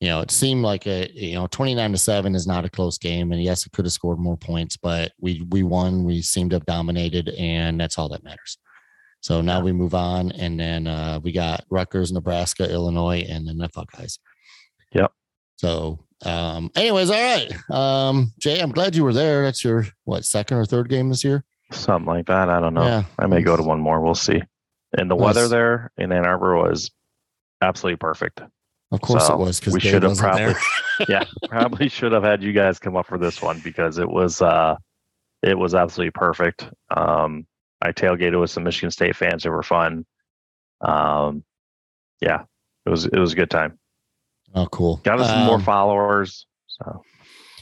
[SPEAKER 1] you know, it seemed like a you know, 29 to 7 is not a close game. And yes, we could have scored more points, but we we won, we seemed to have dominated, and that's all that matters. So now we move on and then uh we got Rutgers, Nebraska, Illinois, and then the Buckeyes.
[SPEAKER 3] Yep.
[SPEAKER 1] So um anyways, all right. Um Jay, I'm glad you were there. That's your what second or third game this year?
[SPEAKER 3] Something like that. I don't know.
[SPEAKER 1] Yeah.
[SPEAKER 3] I may go to one more. We'll see. And the
[SPEAKER 1] Nice.
[SPEAKER 3] weather there in Ann Arbor was absolutely perfect.
[SPEAKER 1] Of course
[SPEAKER 3] So
[SPEAKER 1] it was because
[SPEAKER 3] we should have probably- Yeah, probably should have had you guys come up for this one because it was uh, it was absolutely perfect. Um, I tailgated with some Michigan State fans who were fun. Um, yeah, it was it was a good time.
[SPEAKER 1] Oh, cool.
[SPEAKER 3] Got us some more
[SPEAKER 1] Um,
[SPEAKER 3] followers. So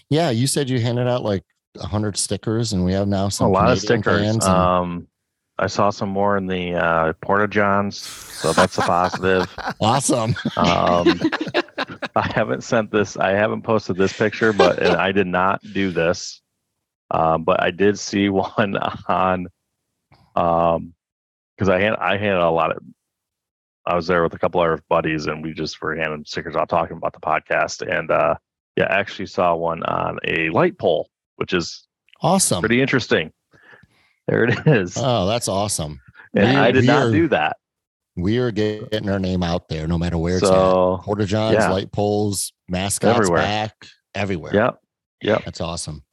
[SPEAKER 1] Yeah, you said you handed out like hundred stickers, and we have now
[SPEAKER 3] a
[SPEAKER 1] some
[SPEAKER 3] lot of
[SPEAKER 1] Canadian
[SPEAKER 3] stickers.
[SPEAKER 1] fans and-
[SPEAKER 3] Um, I saw some more in the uh, Porta Johns, so that's a positive.
[SPEAKER 1] awesome.
[SPEAKER 3] Um, I haven't sent this. I haven't posted this picture, but and I did not do this. Um, but I did see one on, um, because I had I had a lot of. I was there with a couple other buddies, and we just were handing stickers out, talking about the podcast, and uh, yeah, I actually saw one on a light pole, which is
[SPEAKER 1] Awesome.
[SPEAKER 3] pretty interesting. There it is,
[SPEAKER 1] Oh, that's awesome.
[SPEAKER 3] and I did not
[SPEAKER 1] weird.
[SPEAKER 3] do that.
[SPEAKER 1] We are getting our name out there, no matter where it's
[SPEAKER 3] So,
[SPEAKER 1] at. Porter Johns,
[SPEAKER 3] yeah.
[SPEAKER 1] light poles, mascots
[SPEAKER 3] Everywhere.
[SPEAKER 1] back, everywhere.
[SPEAKER 3] yep,
[SPEAKER 1] that's awesome.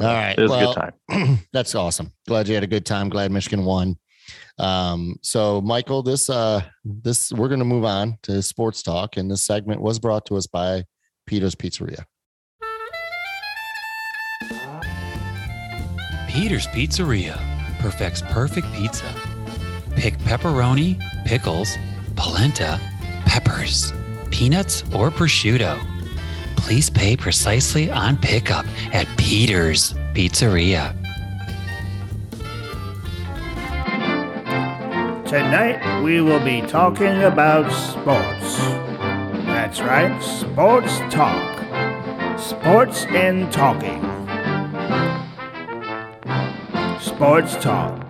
[SPEAKER 1] All right,
[SPEAKER 3] it was a
[SPEAKER 1] well,
[SPEAKER 3] good time.
[SPEAKER 1] that's awesome. Glad you had a good time. Glad Michigan won. Um, so Michael, this uh this we're gonna move on to sports talk, and this segment was brought to us by Peter's Pizzeria.
[SPEAKER 6] Peter's Pizzeria perfects perfect pizza. Pick pepperoni, pickles, polenta, peppers, peanuts, or prosciutto. Please pay precisely on pickup at Peter's Pizzeria.
[SPEAKER 7] Tonight we will be talking about sports. That's right, sports talk. Sports and talking. Sports talk.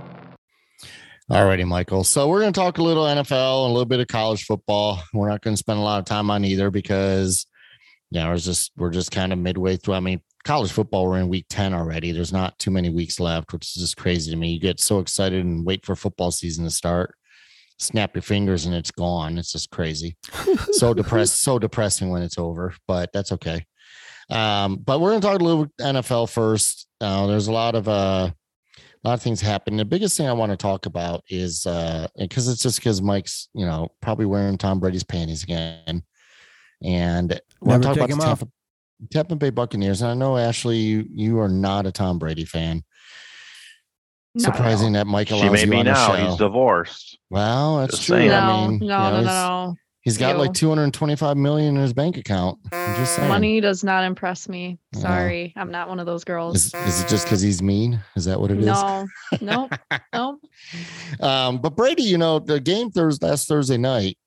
[SPEAKER 1] All righty, Michael. So we're going to talk a little NFL and a little bit of college football. We're not going to spend a lot of time on either because, you know, it's just we're just kind of midway through. I mean, college football we're in week ten already. There's not too many weeks left, which is just crazy to me. You get so excited and wait for football season to start, snap your fingers and it's gone. It's just crazy. so depressed, so depressing when it's over, but that's okay. Um, but we're going to talk a little NFL first. Uh, there's a lot of uh, a lot of things happen. The biggest thing I want to talk about is because it's just because Mike's, you know, probably wearing Tom Brady's panties again, and we'll
[SPEAKER 2] Never
[SPEAKER 1] talk
[SPEAKER 2] take
[SPEAKER 1] about the
[SPEAKER 2] him off.
[SPEAKER 1] Tampa, Tampa Bay Buccaneers. And I know Ashley, you you are not a Tom Brady fan.
[SPEAKER 4] Not at
[SPEAKER 1] Surprising that Mike
[SPEAKER 3] She
[SPEAKER 1] allows
[SPEAKER 3] may
[SPEAKER 1] you
[SPEAKER 3] be
[SPEAKER 1] on
[SPEAKER 3] now.
[SPEAKER 1] the show.
[SPEAKER 3] He's divorced.
[SPEAKER 1] well, that's
[SPEAKER 3] Just
[SPEAKER 1] true.
[SPEAKER 3] saying.
[SPEAKER 1] I
[SPEAKER 4] No,
[SPEAKER 1] mean, you
[SPEAKER 4] no,
[SPEAKER 1] know,
[SPEAKER 4] no,
[SPEAKER 1] he's-
[SPEAKER 4] no,
[SPEAKER 1] he's got like
[SPEAKER 4] Ew.
[SPEAKER 1] 225 million in his bank account. I'm just saying.
[SPEAKER 4] Money does not impress me.
[SPEAKER 1] Yeah.
[SPEAKER 4] Sorry, I'm not one of those girls.
[SPEAKER 1] Is, is it just because he's mean? Is that what it is?
[SPEAKER 4] no, no, no.
[SPEAKER 1] Um, but Brady, you know, the game Thursday last Thursday night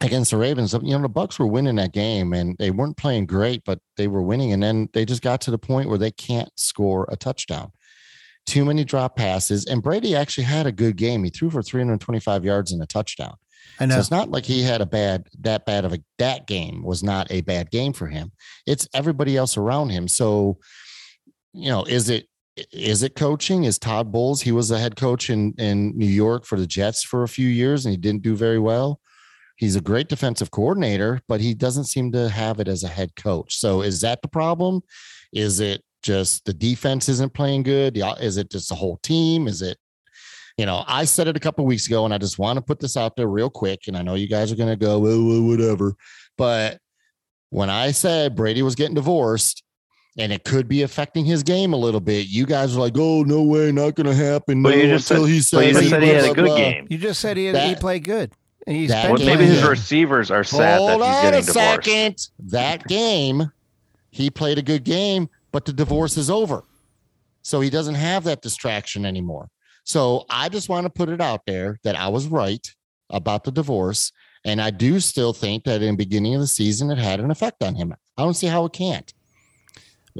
[SPEAKER 1] against the Ravens, you know, the Bucks were winning that game and they weren't playing great, but they were winning. And then they just got to the point where they can't score a touchdown. Too many drop passes. And Brady actually had a good game. He threw for 325 yards and a touchdown.
[SPEAKER 2] I know.
[SPEAKER 1] So it's not like he had a bad that bad of a that game was not a bad game for him. It's everybody else around him. So, you know, is it is it coaching? Is Todd Bowles? He was the head coach in in New York for the Jets for a few years, and he didn't do very well. He's a great defensive coordinator, but he doesn't seem to have it as a head coach. So, is that the problem? Is it just the defense isn't playing good? The- Is it just the whole team? Is it, you know, I said it a couple weeks ago, and I just want to put this out there real quick. And I know you guys are going to go, well, well, whatever. But when I said Brady was getting divorced and it could be affecting his game a little bit, you guys were like, oh, no way, not going to happen. no,
[SPEAKER 3] But you just
[SPEAKER 1] until
[SPEAKER 3] said-
[SPEAKER 1] he uh,
[SPEAKER 3] But
[SPEAKER 1] says
[SPEAKER 3] you just
[SPEAKER 2] he-
[SPEAKER 3] said he
[SPEAKER 1] blah,
[SPEAKER 3] had a
[SPEAKER 1] blah,
[SPEAKER 3] good
[SPEAKER 1] blah."
[SPEAKER 3] game.
[SPEAKER 2] You just said he, he
[SPEAKER 1] That-
[SPEAKER 2] played good, and he's
[SPEAKER 1] that
[SPEAKER 2] been
[SPEAKER 3] Well,
[SPEAKER 1] game-
[SPEAKER 2] playing
[SPEAKER 3] maybe his
[SPEAKER 2] good.
[SPEAKER 3] receivers are sad that
[SPEAKER 1] Hold
[SPEAKER 3] he's
[SPEAKER 1] on a
[SPEAKER 3] getting divorced.
[SPEAKER 1] second. That game, he played a good game, but the divorce is over. So he doesn't have that distraction anymore. So I just want to put it out there that I was right about the divorce. And I do still think that in the beginning of the season, it had an effect on him. I don't see how it can't.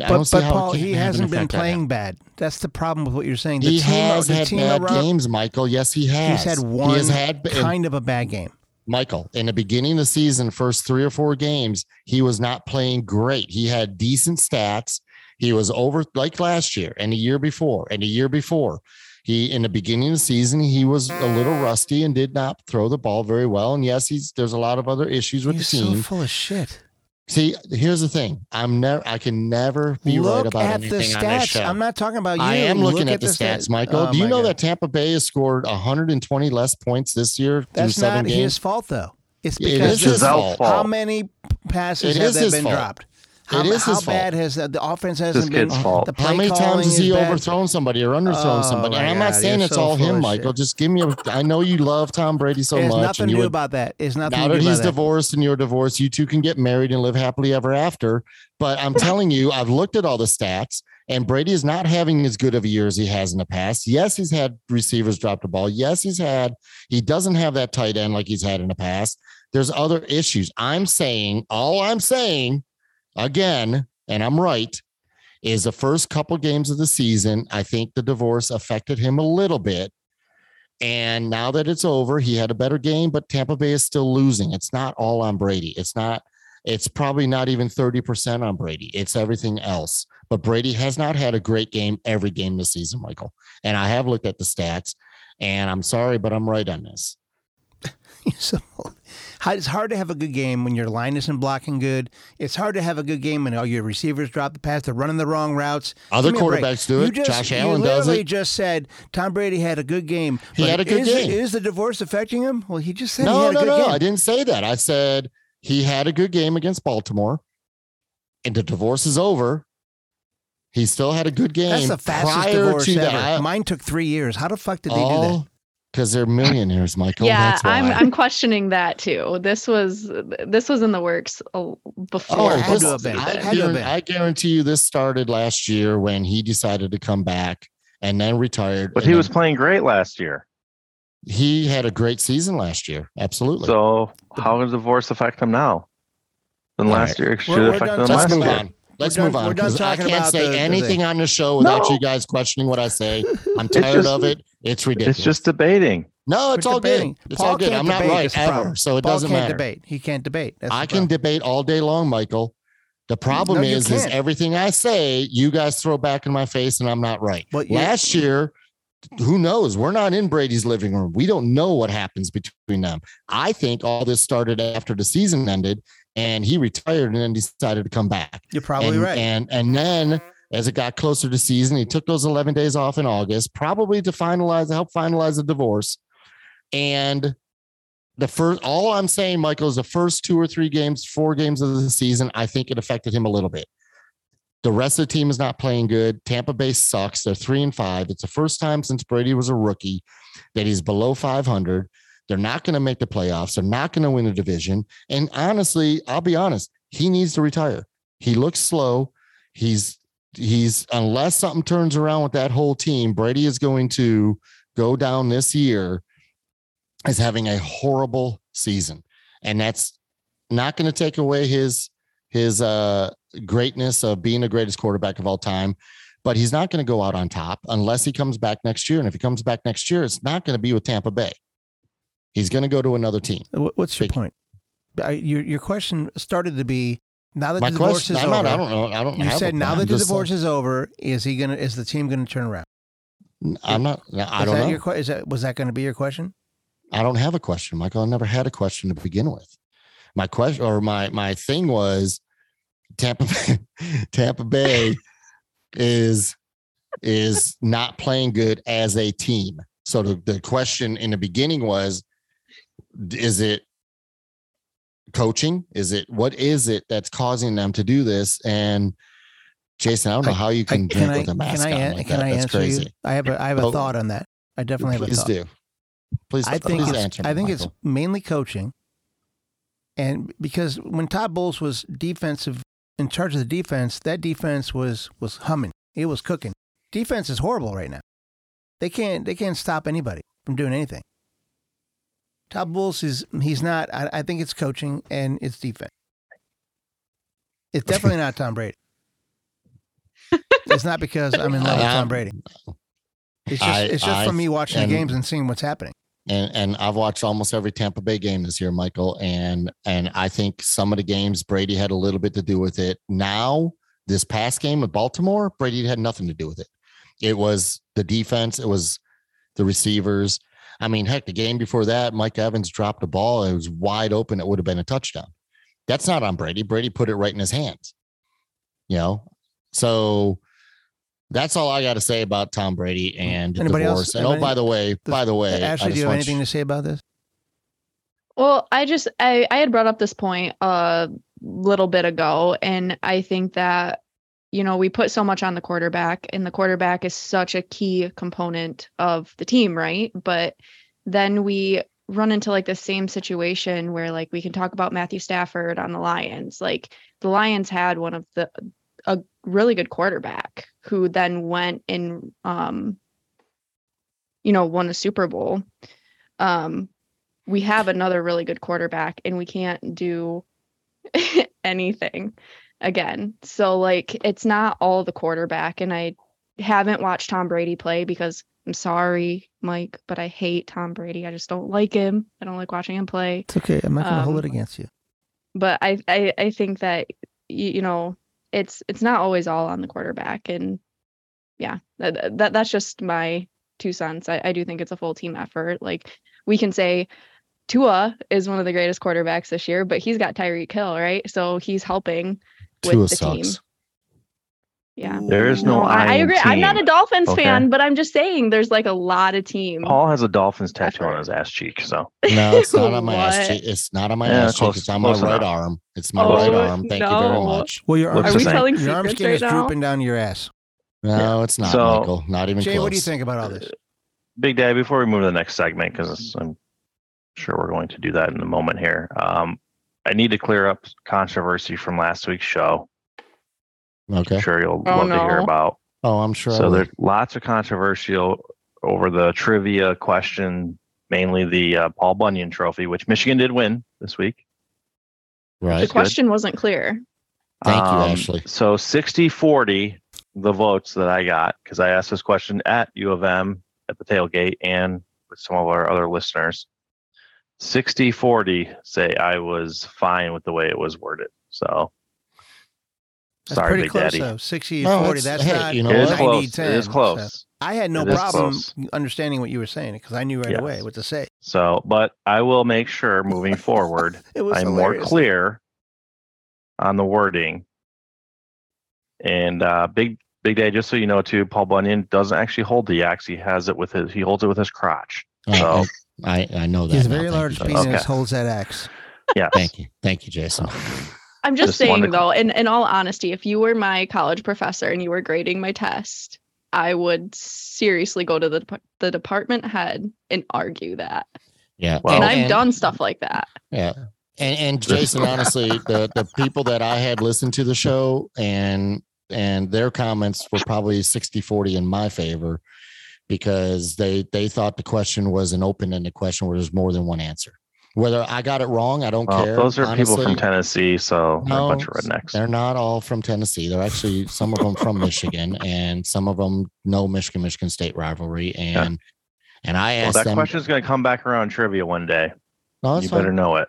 [SPEAKER 1] I don't
[SPEAKER 2] But,
[SPEAKER 1] see
[SPEAKER 2] but
[SPEAKER 1] how it
[SPEAKER 2] Paul,
[SPEAKER 1] can't
[SPEAKER 2] he
[SPEAKER 1] have an
[SPEAKER 2] hasn't been
[SPEAKER 1] effect on him.
[SPEAKER 2] playing bad. That's the problem with what you're saying. The
[SPEAKER 1] he
[SPEAKER 2] team,
[SPEAKER 1] has
[SPEAKER 2] the
[SPEAKER 1] had
[SPEAKER 2] team
[SPEAKER 1] bad
[SPEAKER 2] around,
[SPEAKER 1] games, Michael. Yes, he has.
[SPEAKER 2] He's had
[SPEAKER 1] He
[SPEAKER 2] one
[SPEAKER 1] has had, and
[SPEAKER 2] kind of a bad game.
[SPEAKER 1] Michael, in the beginning of the season, first three or four games, he was not playing great. He had decent stats. He was over like last year and the year before and the year before. He in the beginning of the season, he was a little rusty and did not throw the ball very well. And yes, he's there's a lot of other issues with
[SPEAKER 2] You're
[SPEAKER 1] the
[SPEAKER 2] so
[SPEAKER 1] team.
[SPEAKER 2] full of shit.
[SPEAKER 1] See, here's the thing. I'm never I can never be
[SPEAKER 2] Look
[SPEAKER 1] right about
[SPEAKER 2] at the
[SPEAKER 1] anything
[SPEAKER 2] stats.
[SPEAKER 1] on this show.
[SPEAKER 2] I'm not talking about you.
[SPEAKER 1] I am
[SPEAKER 2] Look
[SPEAKER 1] looking at the stats, Michael.
[SPEAKER 2] Oh,
[SPEAKER 1] Do you
[SPEAKER 2] my
[SPEAKER 1] know
[SPEAKER 2] God.
[SPEAKER 1] that Tampa Bay has scored 120 less points this year through
[SPEAKER 2] That's
[SPEAKER 1] seven
[SPEAKER 2] not
[SPEAKER 1] games?
[SPEAKER 2] his fault, though. It's
[SPEAKER 1] It
[SPEAKER 2] because
[SPEAKER 1] is
[SPEAKER 2] of
[SPEAKER 1] his
[SPEAKER 3] fault.
[SPEAKER 2] how many passes
[SPEAKER 1] It
[SPEAKER 2] have
[SPEAKER 1] is
[SPEAKER 2] that
[SPEAKER 1] his
[SPEAKER 2] been
[SPEAKER 1] fault.
[SPEAKER 2] dropped?
[SPEAKER 1] It
[SPEAKER 2] How,
[SPEAKER 1] is
[SPEAKER 2] how
[SPEAKER 1] his fault.
[SPEAKER 2] bad has that, the offense hasn't
[SPEAKER 3] his
[SPEAKER 2] been?
[SPEAKER 3] kid's fault.
[SPEAKER 2] The play
[SPEAKER 1] How many times
[SPEAKER 2] calling
[SPEAKER 1] has he
[SPEAKER 2] is bad.
[SPEAKER 1] overthrown somebody or underthrown
[SPEAKER 2] Oh,
[SPEAKER 1] somebody? And
[SPEAKER 2] my
[SPEAKER 1] I'm not
[SPEAKER 2] God,
[SPEAKER 1] saying
[SPEAKER 2] you're
[SPEAKER 1] it's
[SPEAKER 2] so
[SPEAKER 1] all
[SPEAKER 2] full
[SPEAKER 1] him,
[SPEAKER 2] of
[SPEAKER 1] Michael.
[SPEAKER 2] shit.
[SPEAKER 1] Just give me a. I know you love Tom Brady so
[SPEAKER 2] There's
[SPEAKER 1] much,
[SPEAKER 2] nothing
[SPEAKER 1] and you
[SPEAKER 2] new
[SPEAKER 1] would,
[SPEAKER 2] about that. There's nothing
[SPEAKER 1] now
[SPEAKER 2] new
[SPEAKER 1] that he's
[SPEAKER 2] about that.
[SPEAKER 1] divorced and you're divorced, you two can get married and live happily ever after. But I'm telling you, I've looked at all the stats, and Brady is not having as good of a year as he has in the past. Yes, he's had receivers drop the ball. Yes, he's had. He doesn't have that tight end like he's had in the past. There's other issues. I'm saying, all I'm saying, again, and I'm right, is the first couple games of the season, I think the divorce affected him a little bit. And now that it's over, he had a better game, but Tampa Bay is still losing. It's not all on Brady. It's not, it's probably not even 30% on Brady. It's everything else. But Brady has not had a great game every game this season, Michael. And I have looked at the stats, and I'm sorry, but I'm right on this.
[SPEAKER 2] So, how- it's hard to have a good game when your line isn't blocking good. It's hard to have a good game when all your receivers drop the pass. They're running the wrong routes.
[SPEAKER 1] Other
[SPEAKER 2] Give me a break.
[SPEAKER 1] quarterbacks do
[SPEAKER 2] You
[SPEAKER 1] it.
[SPEAKER 2] just-
[SPEAKER 1] Josh
[SPEAKER 2] you
[SPEAKER 1] Allen does
[SPEAKER 2] literally
[SPEAKER 1] it.
[SPEAKER 2] just said Tom Brady had a good game.
[SPEAKER 1] He
[SPEAKER 2] but
[SPEAKER 1] had a good
[SPEAKER 2] is,
[SPEAKER 1] game.
[SPEAKER 2] Is the divorce affecting him? Well, he just said he
[SPEAKER 1] No,
[SPEAKER 2] had a
[SPEAKER 1] no,
[SPEAKER 2] good
[SPEAKER 1] no.
[SPEAKER 2] game.
[SPEAKER 1] I didn't say that. I said he had a good game against Baltimore, and the divorce is over. He still had a good game.
[SPEAKER 2] That's the fastest
[SPEAKER 1] prior
[SPEAKER 2] divorce
[SPEAKER 1] to
[SPEAKER 2] ever.
[SPEAKER 1] that. Oh,
[SPEAKER 2] Mine took three years. How the fuck did they do that?
[SPEAKER 1] because they're millionaires, Michael.
[SPEAKER 4] yeah,
[SPEAKER 1] That's why.
[SPEAKER 4] I'm I'm questioning that too. This was this was in the works uh, before.
[SPEAKER 1] Oh,
[SPEAKER 2] It had
[SPEAKER 1] this,
[SPEAKER 2] to have been.
[SPEAKER 1] I,
[SPEAKER 2] It had to have
[SPEAKER 1] guaran-
[SPEAKER 2] been.
[SPEAKER 1] I guarantee you, this started last year when he decided to come back and then retired.
[SPEAKER 3] But
[SPEAKER 1] and
[SPEAKER 3] he was
[SPEAKER 1] then-
[SPEAKER 3] playing great last year.
[SPEAKER 1] he had a great season last year. Absolutely.
[SPEAKER 3] So how does divorce affect him now? Then
[SPEAKER 1] All
[SPEAKER 3] last
[SPEAKER 1] right.
[SPEAKER 3] year it should
[SPEAKER 2] We're- we're
[SPEAKER 3] affect
[SPEAKER 2] done
[SPEAKER 3] him
[SPEAKER 2] talking
[SPEAKER 1] Let's
[SPEAKER 3] last
[SPEAKER 1] move
[SPEAKER 3] year.
[SPEAKER 1] on. Let's
[SPEAKER 2] done-
[SPEAKER 1] move
[SPEAKER 2] we're
[SPEAKER 1] on
[SPEAKER 2] done
[SPEAKER 1] because I
[SPEAKER 2] talking
[SPEAKER 1] can't
[SPEAKER 2] about
[SPEAKER 1] say
[SPEAKER 2] the- the
[SPEAKER 1] anything
[SPEAKER 2] thing.
[SPEAKER 1] on the show without
[SPEAKER 3] No.
[SPEAKER 1] you guys questioning what I say. I'm tired
[SPEAKER 3] just-
[SPEAKER 1] of it. It's ridiculous. Mm-hmm.
[SPEAKER 3] It's just debating.
[SPEAKER 1] no, it's
[SPEAKER 2] We're
[SPEAKER 1] all
[SPEAKER 2] debating.
[SPEAKER 1] good. It's
[SPEAKER 2] Paul
[SPEAKER 1] all good.
[SPEAKER 2] can't
[SPEAKER 1] I'm not
[SPEAKER 2] debate.
[SPEAKER 1] right
[SPEAKER 2] That's the
[SPEAKER 1] ever,
[SPEAKER 2] problem.
[SPEAKER 1] so it
[SPEAKER 2] Paul
[SPEAKER 1] doesn't
[SPEAKER 2] can't
[SPEAKER 1] matter.
[SPEAKER 2] debate. He can't debate. That's the
[SPEAKER 1] I can
[SPEAKER 2] problem.
[SPEAKER 1] debate all day long, Michael. The problem
[SPEAKER 2] No, you
[SPEAKER 1] is, is
[SPEAKER 2] can't.
[SPEAKER 1] everything I say, you guys throw back in my face, and I'm not right.
[SPEAKER 2] But you-
[SPEAKER 1] Last year, who knows? We're not in Brady's living room. We don't know what happens between them. I think all this started after the season ended, and he retired and then decided to come back
[SPEAKER 2] You're probably
[SPEAKER 1] and,
[SPEAKER 2] right.
[SPEAKER 1] And and then as it got closer to season, he took those 11 days off in August, probably to finalize, help finalize the divorce. And the first, all I'm saying, Michael, is the first two or three games, four games of the season, I think it affected him a little bit. The rest of the team is not playing good. Tampa Bay sucks. They're three and five. It's the first time since Brady was a rookie that he's below 500. They're not going to make the playoffs. They're not going to win the division. And honestly, I'll be honest, he needs to retire. He looks slow. He's he's unless something turns around with that whole team, Brady is going to go down this year as having a horrible season. And that's not going to take away his his uh greatness of being the greatest quarterback of all time. But he's not going to go out on top unless he comes back next year. And if he comes back next year, it's not going to be with Tampa Bay. He's going to go to another team.
[SPEAKER 2] Wh- What's your
[SPEAKER 1] Big-
[SPEAKER 2] point? I, your your question started to be now that
[SPEAKER 1] My
[SPEAKER 2] the divorce
[SPEAKER 1] question,
[SPEAKER 2] is
[SPEAKER 1] I'm
[SPEAKER 2] over.
[SPEAKER 1] not, I don't know. I don't
[SPEAKER 2] you
[SPEAKER 1] have
[SPEAKER 2] said
[SPEAKER 1] a-
[SPEAKER 2] now
[SPEAKER 1] I'm
[SPEAKER 2] that the
[SPEAKER 1] just-
[SPEAKER 2] divorce is over, is he gonna? Is the team gonna turn around?
[SPEAKER 1] I'm not, I
[SPEAKER 2] is
[SPEAKER 1] don't
[SPEAKER 2] that
[SPEAKER 1] know.
[SPEAKER 2] Your, que- is that was that going to be your question?
[SPEAKER 1] I don't have a question, Michael. I never had a question to begin with. My question or my my thing was Tampa Bay, Tampa Bay is is not playing good as a team. So the, the question in the beginning was is it coaching? Is it what is it that's causing them to do this? And Jason, I don't know
[SPEAKER 2] I-
[SPEAKER 1] how you can
[SPEAKER 2] I-
[SPEAKER 1] drink
[SPEAKER 2] I,
[SPEAKER 1] with a mask
[SPEAKER 2] can I,
[SPEAKER 1] on
[SPEAKER 2] an-
[SPEAKER 1] like
[SPEAKER 2] can
[SPEAKER 1] that.
[SPEAKER 2] I
[SPEAKER 1] that's
[SPEAKER 2] answer
[SPEAKER 1] crazy.
[SPEAKER 2] you? I have a, I have a
[SPEAKER 1] Oh,
[SPEAKER 2] thought on that. I definitely have a
[SPEAKER 1] Please
[SPEAKER 2] thought.
[SPEAKER 1] do. Please, uh,
[SPEAKER 2] I think
[SPEAKER 1] please
[SPEAKER 2] it's,
[SPEAKER 1] answer me,
[SPEAKER 2] I think
[SPEAKER 1] Michael.
[SPEAKER 2] it's mainly coaching, and because when Todd Bowles was defensive in charge of the defense, that defense was was humming. It was cooking. Defense is horrible right now. They can't they can't stop anybody from doing anything. Todd Bowles is he's not. I, I think it's coaching and it's defense. It's definitely not Tom Brady. it's not because I'm in love with Tom Brady. It's just
[SPEAKER 1] I-
[SPEAKER 2] it's just
[SPEAKER 1] I-
[SPEAKER 2] from me watching
[SPEAKER 1] and-
[SPEAKER 2] the games and seeing what's happening.
[SPEAKER 1] and and I've watched almost every Tampa Bay game this year, Michael, and and I think some of the games Brady had a little bit to do with it. Now, this past game with Baltimore, Brady had nothing to do with it. It was the defense, it was the receivers. I mean, heck, the game before that, Mike Evans dropped the ball. It was wide open. It would have been a touchdown. That's not on Brady. Brady put it right in his hands. You know, so that's all I got to say about Tom Brady and the
[SPEAKER 2] Anybody else?
[SPEAKER 1] divorce. And oh,
[SPEAKER 2] Anybody-
[SPEAKER 1] by the way, by the way, I
[SPEAKER 2] Ashley, do
[SPEAKER 1] just
[SPEAKER 2] you have
[SPEAKER 1] want you-
[SPEAKER 2] anything to say about this?
[SPEAKER 4] Well, I just I I had brought up this point a little bit ago, and I think that you know we put so much on the quarterback, and the quarterback is such a key component of the team, right? But then we run into like the same situation where like we can talk about Matthew Stafford on the Lions, like the Lions had one of the a really good quarterback who then went and um you know won a Super Bowl. Um, we have another really good quarterback and we can't do anything again. So like it's not all the quarterback and I haven't watched Tom Brady play because I'm sorry, Mike, but I hate Tom Brady. I just don't like him. I don't like watching him play
[SPEAKER 2] It's okay. I'm not going to hold it
[SPEAKER 4] Um,
[SPEAKER 2] against you.
[SPEAKER 4] but I, I I think that you, you know it's it's not always all on the quarterback, and yeah, that, that that's just my two cents. I, I do think it's a full team effort. Like we can say Tua is one of the greatest quarterbacks this year, but he's got Tyreek Hill, right? So he's helping with
[SPEAKER 1] Tua
[SPEAKER 4] the
[SPEAKER 1] sucks.
[SPEAKER 4] team. Yeah.
[SPEAKER 2] Mm,
[SPEAKER 3] There is no.
[SPEAKER 4] I, I
[SPEAKER 3] in
[SPEAKER 4] agree. I'm not a
[SPEAKER 3] team.
[SPEAKER 4] Dolphins
[SPEAKER 3] okay?
[SPEAKER 4] fan, but I'm just saying there's like a lot of team.
[SPEAKER 3] Paul has a Dolphins tattoo on his ass cheek, so
[SPEAKER 1] No, it's not on my ass
[SPEAKER 4] What?
[SPEAKER 1] cheek. It's not on my
[SPEAKER 3] Yeah,
[SPEAKER 1] ass cheek.
[SPEAKER 3] close-
[SPEAKER 1] It's on my
[SPEAKER 3] close
[SPEAKER 1] right
[SPEAKER 3] enough.
[SPEAKER 1] arm. It's my
[SPEAKER 4] Oh,
[SPEAKER 1] right arm. Thank you very
[SPEAKER 4] no.
[SPEAKER 1] much.
[SPEAKER 2] Well, your arm,
[SPEAKER 3] Looks
[SPEAKER 4] Are
[SPEAKER 3] the
[SPEAKER 4] we
[SPEAKER 3] same.
[SPEAKER 4] telling
[SPEAKER 2] your arm
[SPEAKER 4] secrets
[SPEAKER 2] skin
[SPEAKER 4] right
[SPEAKER 2] is
[SPEAKER 4] now?
[SPEAKER 2] drooping down your ass.
[SPEAKER 1] No, it's not,
[SPEAKER 3] So-
[SPEAKER 1] Michael. Not even
[SPEAKER 2] Jay,
[SPEAKER 1] close.
[SPEAKER 2] what do you think about all this?
[SPEAKER 3] Big Daddy. Before we move to the next segment, because I'm sure we're going to do that in a moment here. Um, I need to clear up controversy from last week's show.
[SPEAKER 1] Okay.
[SPEAKER 3] I'm sure you'll
[SPEAKER 4] Oh,
[SPEAKER 3] love to hear
[SPEAKER 4] no.
[SPEAKER 3] about.
[SPEAKER 1] Oh, I'm sure.
[SPEAKER 3] So
[SPEAKER 1] I
[SPEAKER 3] there's lots of controversial over the trivia question, mainly the uh, Paul Bunyan Trophy, which Michigan did win this week.
[SPEAKER 1] will.
[SPEAKER 4] The
[SPEAKER 1] right.
[SPEAKER 3] question-
[SPEAKER 4] question wasn't clear.
[SPEAKER 1] Thank you, Ashley.
[SPEAKER 3] Um, So 60 40, the votes that I got, because I asked this question at U of M at the tailgate and with some of our other listeners. 60 40 say I was fine with the way it was worded. So
[SPEAKER 2] That's
[SPEAKER 3] sorry,
[SPEAKER 2] pretty
[SPEAKER 3] Big
[SPEAKER 2] close,
[SPEAKER 3] Daddy.
[SPEAKER 2] though. 60,
[SPEAKER 1] No,
[SPEAKER 2] 40.
[SPEAKER 1] it's-
[SPEAKER 2] That's
[SPEAKER 1] hey,
[SPEAKER 2] not
[SPEAKER 1] you know
[SPEAKER 3] It is
[SPEAKER 1] what?
[SPEAKER 2] 90,
[SPEAKER 3] close. It
[SPEAKER 2] 10,
[SPEAKER 3] is
[SPEAKER 2] so
[SPEAKER 3] close.
[SPEAKER 2] I had no
[SPEAKER 3] It is
[SPEAKER 2] problem
[SPEAKER 3] close.
[SPEAKER 2] understanding what you were saying because I knew right
[SPEAKER 3] Yes.
[SPEAKER 2] away what to say.
[SPEAKER 3] So, but I will make sure moving forward
[SPEAKER 2] It was
[SPEAKER 3] I'm more
[SPEAKER 2] hilarious.
[SPEAKER 3] clear on the wording. And uh, big big day, just so you know, too, Paul Bunyan doesn't actually hold the axe. He has it with his he holds it with his crotch.
[SPEAKER 1] I,
[SPEAKER 3] So
[SPEAKER 1] I, I know that.
[SPEAKER 2] His
[SPEAKER 1] now.
[SPEAKER 2] very
[SPEAKER 1] Thank
[SPEAKER 2] large
[SPEAKER 1] you,
[SPEAKER 2] penis
[SPEAKER 1] Jason.
[SPEAKER 3] Okay.
[SPEAKER 2] holds that axe.
[SPEAKER 3] yeah,
[SPEAKER 1] Thank you. Thank you, Jason.
[SPEAKER 4] I'm just,
[SPEAKER 3] Just
[SPEAKER 4] saying
[SPEAKER 3] wanted to-
[SPEAKER 4] though, in, in all honesty, if you were my college professor and you were grading my test, I would seriously go to the dep- the department head and argue that.
[SPEAKER 1] Yeah. Oh,
[SPEAKER 3] Well-
[SPEAKER 4] and
[SPEAKER 2] Oh.
[SPEAKER 4] I've done stuff like that.
[SPEAKER 1] Yeah. And and Jason, honestly, the the people that I had listened to the show and and their comments were probably 60 40 in my favor because they they thought the question was an open-ended question where there's more than one answer. Whether I got it wrong, I don't
[SPEAKER 3] Well,
[SPEAKER 1] care.
[SPEAKER 3] those are people
[SPEAKER 1] honestly.
[SPEAKER 3] from Tennessee, so they're a bunch of
[SPEAKER 1] No,
[SPEAKER 3] rednecks.
[SPEAKER 1] They're not all from Tennessee. They're actually some of them from Michigan, and some of them know Michigan Michigan State rivalry. And and I
[SPEAKER 3] Well,
[SPEAKER 1] asked
[SPEAKER 3] that
[SPEAKER 1] them,
[SPEAKER 3] question is going to come back around in trivia one day.
[SPEAKER 1] "No, that's
[SPEAKER 3] you
[SPEAKER 1] fine.
[SPEAKER 3] better know it.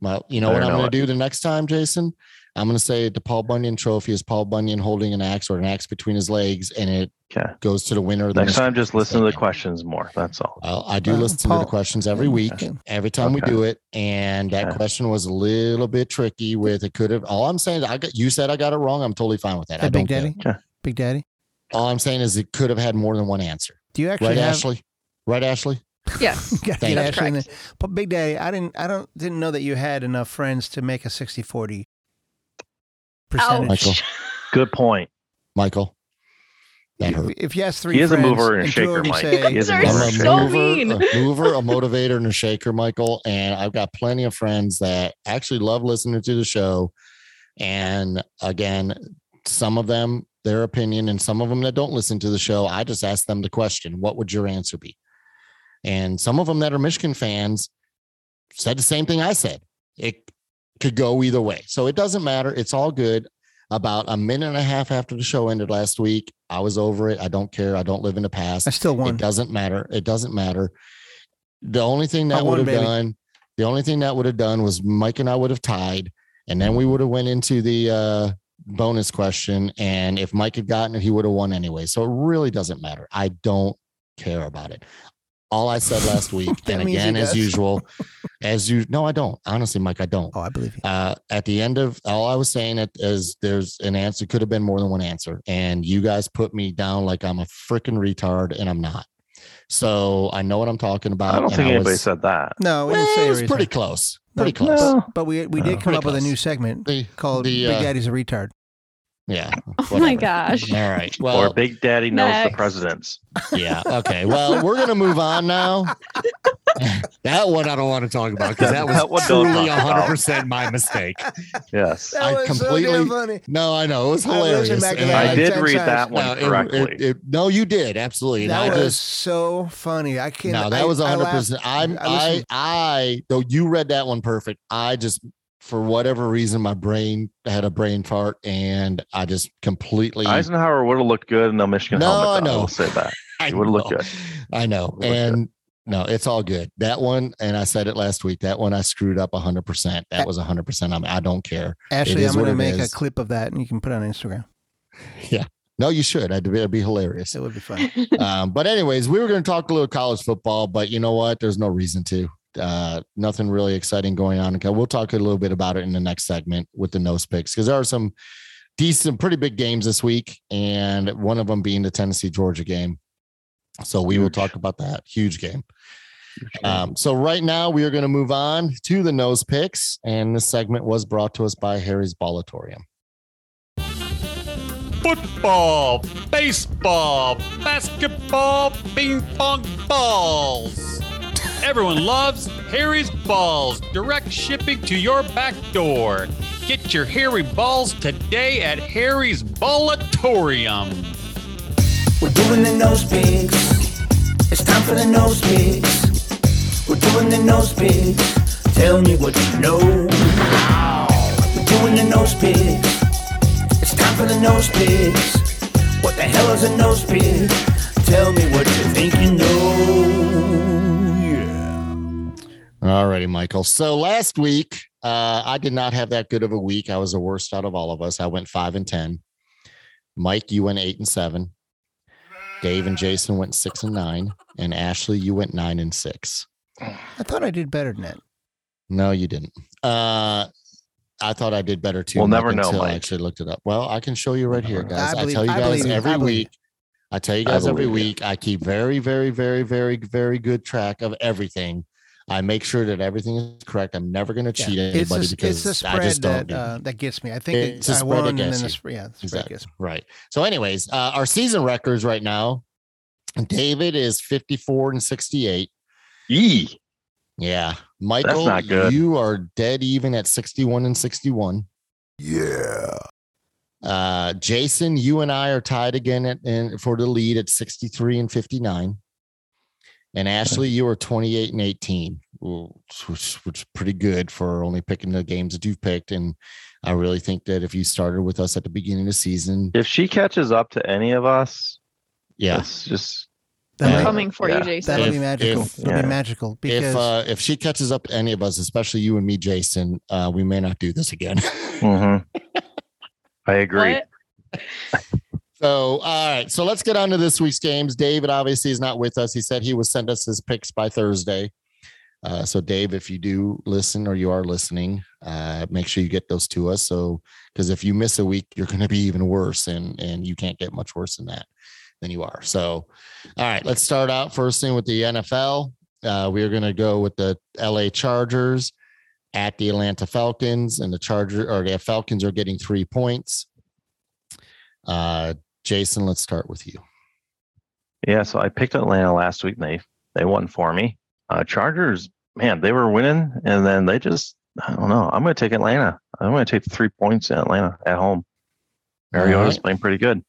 [SPEAKER 1] Well, you know
[SPEAKER 3] Better
[SPEAKER 1] what I'm
[SPEAKER 3] know
[SPEAKER 1] going
[SPEAKER 3] it.
[SPEAKER 1] to do the next time, Jason? I'm going to say the Paul Bunyan trophy is Paul Bunyan holding an axe or an axe between his legs, and it
[SPEAKER 3] Okay.
[SPEAKER 1] goes to the winner. Of the
[SPEAKER 3] Next
[SPEAKER 1] Michigan
[SPEAKER 3] time, just listen to the
[SPEAKER 1] State.
[SPEAKER 3] questions more. That's all.
[SPEAKER 1] Well, I do
[SPEAKER 2] Well,
[SPEAKER 1] listen to
[SPEAKER 2] Uh, Paul-
[SPEAKER 1] the questions every week,
[SPEAKER 2] Okay.
[SPEAKER 1] every time we
[SPEAKER 3] Okay.
[SPEAKER 1] do it, and that
[SPEAKER 3] Okay.
[SPEAKER 1] question was a little bit tricky. With it could have. All I'm saying, is I got you said I got it wrong. I'm totally fine with that.
[SPEAKER 2] Hey,
[SPEAKER 1] I don't
[SPEAKER 2] Big
[SPEAKER 1] care.
[SPEAKER 2] Daddy.
[SPEAKER 3] care.
[SPEAKER 2] Big Daddy.
[SPEAKER 1] All I'm saying is it could have had more than one answer.
[SPEAKER 2] Do you actually
[SPEAKER 1] Right,
[SPEAKER 2] have?
[SPEAKER 1] Ashley? Right, Ashley?
[SPEAKER 4] Yes.
[SPEAKER 2] Gotta
[SPEAKER 1] Thank
[SPEAKER 2] get
[SPEAKER 1] you.
[SPEAKER 2] Ashley in there. But Big Daddy, I didn't, I don't, didn't know that you had enough friends to make a 60-40 percentage.
[SPEAKER 1] Michael.
[SPEAKER 4] Ouch.
[SPEAKER 3] Good point.
[SPEAKER 1] Michael? That
[SPEAKER 2] If-
[SPEAKER 1] hurt.
[SPEAKER 2] If you ask three,
[SPEAKER 3] He is a
[SPEAKER 2] friends,
[SPEAKER 3] mover and a
[SPEAKER 2] two of
[SPEAKER 3] shaker,
[SPEAKER 2] them
[SPEAKER 3] Mike.
[SPEAKER 2] say-
[SPEAKER 3] He is a mover
[SPEAKER 4] Those are
[SPEAKER 3] and a
[SPEAKER 4] so
[SPEAKER 3] shaker.
[SPEAKER 4] mean.
[SPEAKER 1] a mover, a motivator, and a shaker, Michael. And I've got plenty of friends that actually love listening to the show. And again, some of them, their opinion, and some of them that don't listen to the show, I just ask them the question, what would your answer be? And some of them that are Michigan fans said the same thing I said. It could go either way. So it doesn't matter. It's all good. About a minute and a half after the show ended last week, I was over it. I don't care. I don't live in the past.
[SPEAKER 2] I still
[SPEAKER 1] It
[SPEAKER 2] won.
[SPEAKER 1] doesn't matter. It doesn't matter. The only thing
[SPEAKER 2] I
[SPEAKER 1] that
[SPEAKER 2] won,
[SPEAKER 1] would have
[SPEAKER 2] baby.
[SPEAKER 1] done, the only thing that would have done was Mike and I would have tied, and then we would have went into the uh, bonus question. And if Mike had gotten it, he would have won anyway. So it really doesn't matter. I don't care about it. All I said last week,
[SPEAKER 2] That
[SPEAKER 1] and
[SPEAKER 2] means he
[SPEAKER 1] again as
[SPEAKER 2] does.
[SPEAKER 1] usual, as you no, I don't. Honestly, Mike, I don't
[SPEAKER 2] Oh, I believe you.
[SPEAKER 1] uh, at the end of all I was saying it is there's an answer could have been more than one answer, and you guys put me down like I'm a freaking retard, and I'm not. So I know what I'm talking about.
[SPEAKER 3] I don't
[SPEAKER 1] and
[SPEAKER 3] think
[SPEAKER 1] I
[SPEAKER 3] anybody
[SPEAKER 1] was,
[SPEAKER 3] said that.
[SPEAKER 2] No, we didn't
[SPEAKER 1] well,
[SPEAKER 2] say
[SPEAKER 1] it was
[SPEAKER 2] everything.
[SPEAKER 1] pretty close.
[SPEAKER 2] No,
[SPEAKER 1] Pretty close.
[SPEAKER 2] but- But we we did
[SPEAKER 3] No.
[SPEAKER 2] come
[SPEAKER 1] Pretty
[SPEAKER 2] up with a
[SPEAKER 1] close.
[SPEAKER 2] new segment
[SPEAKER 1] The-
[SPEAKER 2] called
[SPEAKER 1] the,
[SPEAKER 2] Big
[SPEAKER 1] uh,
[SPEAKER 2] Daddy's a retard.
[SPEAKER 1] yeah.
[SPEAKER 4] Oh my
[SPEAKER 1] whatever.
[SPEAKER 4] gosh.
[SPEAKER 1] All right. Well,
[SPEAKER 3] or Big Daddy knows
[SPEAKER 4] Next.
[SPEAKER 3] the presidents.
[SPEAKER 1] yeah. Okay. Well, we're gonna move on now. that one I don't want to talk about because that was
[SPEAKER 3] That one don't
[SPEAKER 1] truly
[SPEAKER 3] talk about.
[SPEAKER 1] 100 percent my mistake.
[SPEAKER 3] Yes.
[SPEAKER 1] I completely-
[SPEAKER 2] funny.
[SPEAKER 1] No, I know it was
[SPEAKER 2] I listened
[SPEAKER 1] hilarious.
[SPEAKER 2] back to
[SPEAKER 1] and
[SPEAKER 2] that
[SPEAKER 3] I
[SPEAKER 2] like
[SPEAKER 3] did
[SPEAKER 2] 10
[SPEAKER 3] read
[SPEAKER 2] times.
[SPEAKER 3] that one
[SPEAKER 1] No, it-
[SPEAKER 3] correctly.
[SPEAKER 1] it- it- no, you did absolutely. And
[SPEAKER 2] That
[SPEAKER 1] I
[SPEAKER 2] was
[SPEAKER 1] just
[SPEAKER 2] so funny. I can't.
[SPEAKER 1] No,
[SPEAKER 2] I-
[SPEAKER 1] that was
[SPEAKER 2] I
[SPEAKER 1] was hundred
[SPEAKER 2] laughed.
[SPEAKER 1] percent. I'm
[SPEAKER 2] I
[SPEAKER 1] I
[SPEAKER 2] listened-
[SPEAKER 1] I though you read that one perfect. I just for whatever reason my brain had a brain fart and I just completely
[SPEAKER 3] Eisenhower would have looked good in a Michigan
[SPEAKER 1] No,
[SPEAKER 3] helmet.
[SPEAKER 1] I
[SPEAKER 3] though,
[SPEAKER 1] know.
[SPEAKER 3] will say that.
[SPEAKER 1] I
[SPEAKER 3] It would've looked
[SPEAKER 1] know.
[SPEAKER 3] good.
[SPEAKER 1] I know.
[SPEAKER 3] Would've looked
[SPEAKER 1] And no, it's all good. That one, and I said it last week. That one I screwed up hundred percent. That was hundred percent. I'm I don't care.
[SPEAKER 2] Ashley,
[SPEAKER 1] is
[SPEAKER 2] I'm
[SPEAKER 1] what
[SPEAKER 2] going to
[SPEAKER 1] it
[SPEAKER 2] make
[SPEAKER 1] is.
[SPEAKER 2] a clip of that and you can put it on Instagram.
[SPEAKER 1] No, you should. I'd it'd be hilarious.
[SPEAKER 2] It would be fun.
[SPEAKER 1] um, but anyways, we were going to talk a little college football, but you know what? There's no reason to. Uh, nothing really exciting going on. Okay, We'll talk a little bit about it in the next segment with the nose picks because there are some decent, pretty big games this week, and one of them being the Tennessee Georgia game. So we will
[SPEAKER 3] Huge.
[SPEAKER 1] talk about that huge game. Um, so right now we are going to move on to the nose picks, and this segment was brought to us by Harry's Bolatorium.
[SPEAKER 6] Football, baseball, basketball, ping pong balls. Everyone loves Harry's Balls. Direct shipping to your back door. Get your Harry Balls today at Harry's Ballatorium.
[SPEAKER 5] We're doing the nose picks. It's time for the nose picks. We're doing the nose picks. Tell me what you know. We're doing the nose picks. It's time for the nose picks. What the hell is a nose pick? Tell me what you think you know. Yeah.
[SPEAKER 1] All righty, Michael. So last week, uh, I did not have that good of a week. I was the worst out of all of us. I went five and ten. Mike, you went eight and seven. Dave and Jason went six and nine, and Ashley, you went nine and six.
[SPEAKER 2] I thought I did better than that.
[SPEAKER 1] No, you didn't. Uh, I thought I did better too.
[SPEAKER 3] We'll never know,
[SPEAKER 1] until I
[SPEAKER 3] Mike.
[SPEAKER 1] actually looked it up. Well, I can show you right here,
[SPEAKER 3] Never know.
[SPEAKER 1] guys.
[SPEAKER 2] I
[SPEAKER 1] I,
[SPEAKER 2] believe-
[SPEAKER 1] tell you
[SPEAKER 2] I
[SPEAKER 1] guys
[SPEAKER 2] believe it. I
[SPEAKER 1] every
[SPEAKER 2] believe
[SPEAKER 1] week. I tell you guys
[SPEAKER 3] I
[SPEAKER 1] every
[SPEAKER 3] believe it.
[SPEAKER 1] week. I keep very, very, very, very, very good track of everything. I make sure that everything is correct. I'm never going to
[SPEAKER 2] Yeah.
[SPEAKER 1] cheat
[SPEAKER 2] It's the-
[SPEAKER 1] anybody
[SPEAKER 2] it's
[SPEAKER 1] because
[SPEAKER 2] the
[SPEAKER 1] I
[SPEAKER 2] spread
[SPEAKER 1] just don't.
[SPEAKER 2] that
[SPEAKER 1] do
[SPEAKER 2] uh, that gets me. I think
[SPEAKER 1] It's
[SPEAKER 2] it,
[SPEAKER 1] the
[SPEAKER 2] I
[SPEAKER 1] spread
[SPEAKER 2] won
[SPEAKER 1] that
[SPEAKER 2] and then
[SPEAKER 1] gets
[SPEAKER 2] the
[SPEAKER 1] you.
[SPEAKER 2] sp- yeah, the spread
[SPEAKER 1] Exactly.
[SPEAKER 2] gets me.
[SPEAKER 1] Right. So, anyways, uh, our season records right now. David is 54 and 68.
[SPEAKER 3] Yee.
[SPEAKER 1] Yeah. Michael,
[SPEAKER 3] not good.
[SPEAKER 1] you are dead even at 61 and 61.
[SPEAKER 5] Yeah.
[SPEAKER 1] Uh, Jason, you and I are tied again at, and for the lead at 63 and 59. And Ashley, you are 28 and 18, which, which- which is pretty good for only picking the games that you've picked. And I really think that if you started with us at the beginning of the season,
[SPEAKER 3] If she catches up to any of us,
[SPEAKER 1] yeah.
[SPEAKER 3] it's just
[SPEAKER 2] That'll
[SPEAKER 1] Yeah.
[SPEAKER 2] be-
[SPEAKER 4] Coming for
[SPEAKER 3] Yeah.
[SPEAKER 4] you, Jason.
[SPEAKER 2] That'll
[SPEAKER 1] If-
[SPEAKER 2] be magical.
[SPEAKER 1] if-
[SPEAKER 2] It'll
[SPEAKER 3] yeah.
[SPEAKER 2] be magical because
[SPEAKER 1] if uh, if she catches up to any of us, especially you and me, Jason, uh, we may not do this again.
[SPEAKER 3] Mhm. I agree.
[SPEAKER 4] What?
[SPEAKER 1] so, all right. So let's get on to this week's games. David obviously is not with us. He said he would send us his picks by Thursday. Uh, so, Dave, if you do listen or you are listening, uh, make sure you get those to us. So, because if you miss a week, you're going to be even worse, and and you can't get much worse than that than you are. So, all right, let's start out first thing with the NFL. Uh, we are going to go with the LA Chargers at the Atlanta Falcons, and the Charger or the Falcons are getting three points. Uh, Jason, let's start with you.
[SPEAKER 3] Yeah, so I picked Atlanta last week, and they they won for me. Uh, Chargers, man, they were winning, and then they just I don't know. I'm going to take Atlanta. I'm going to take the three points in Atlanta at home. Mariota's
[SPEAKER 1] right.
[SPEAKER 3] playing pretty good.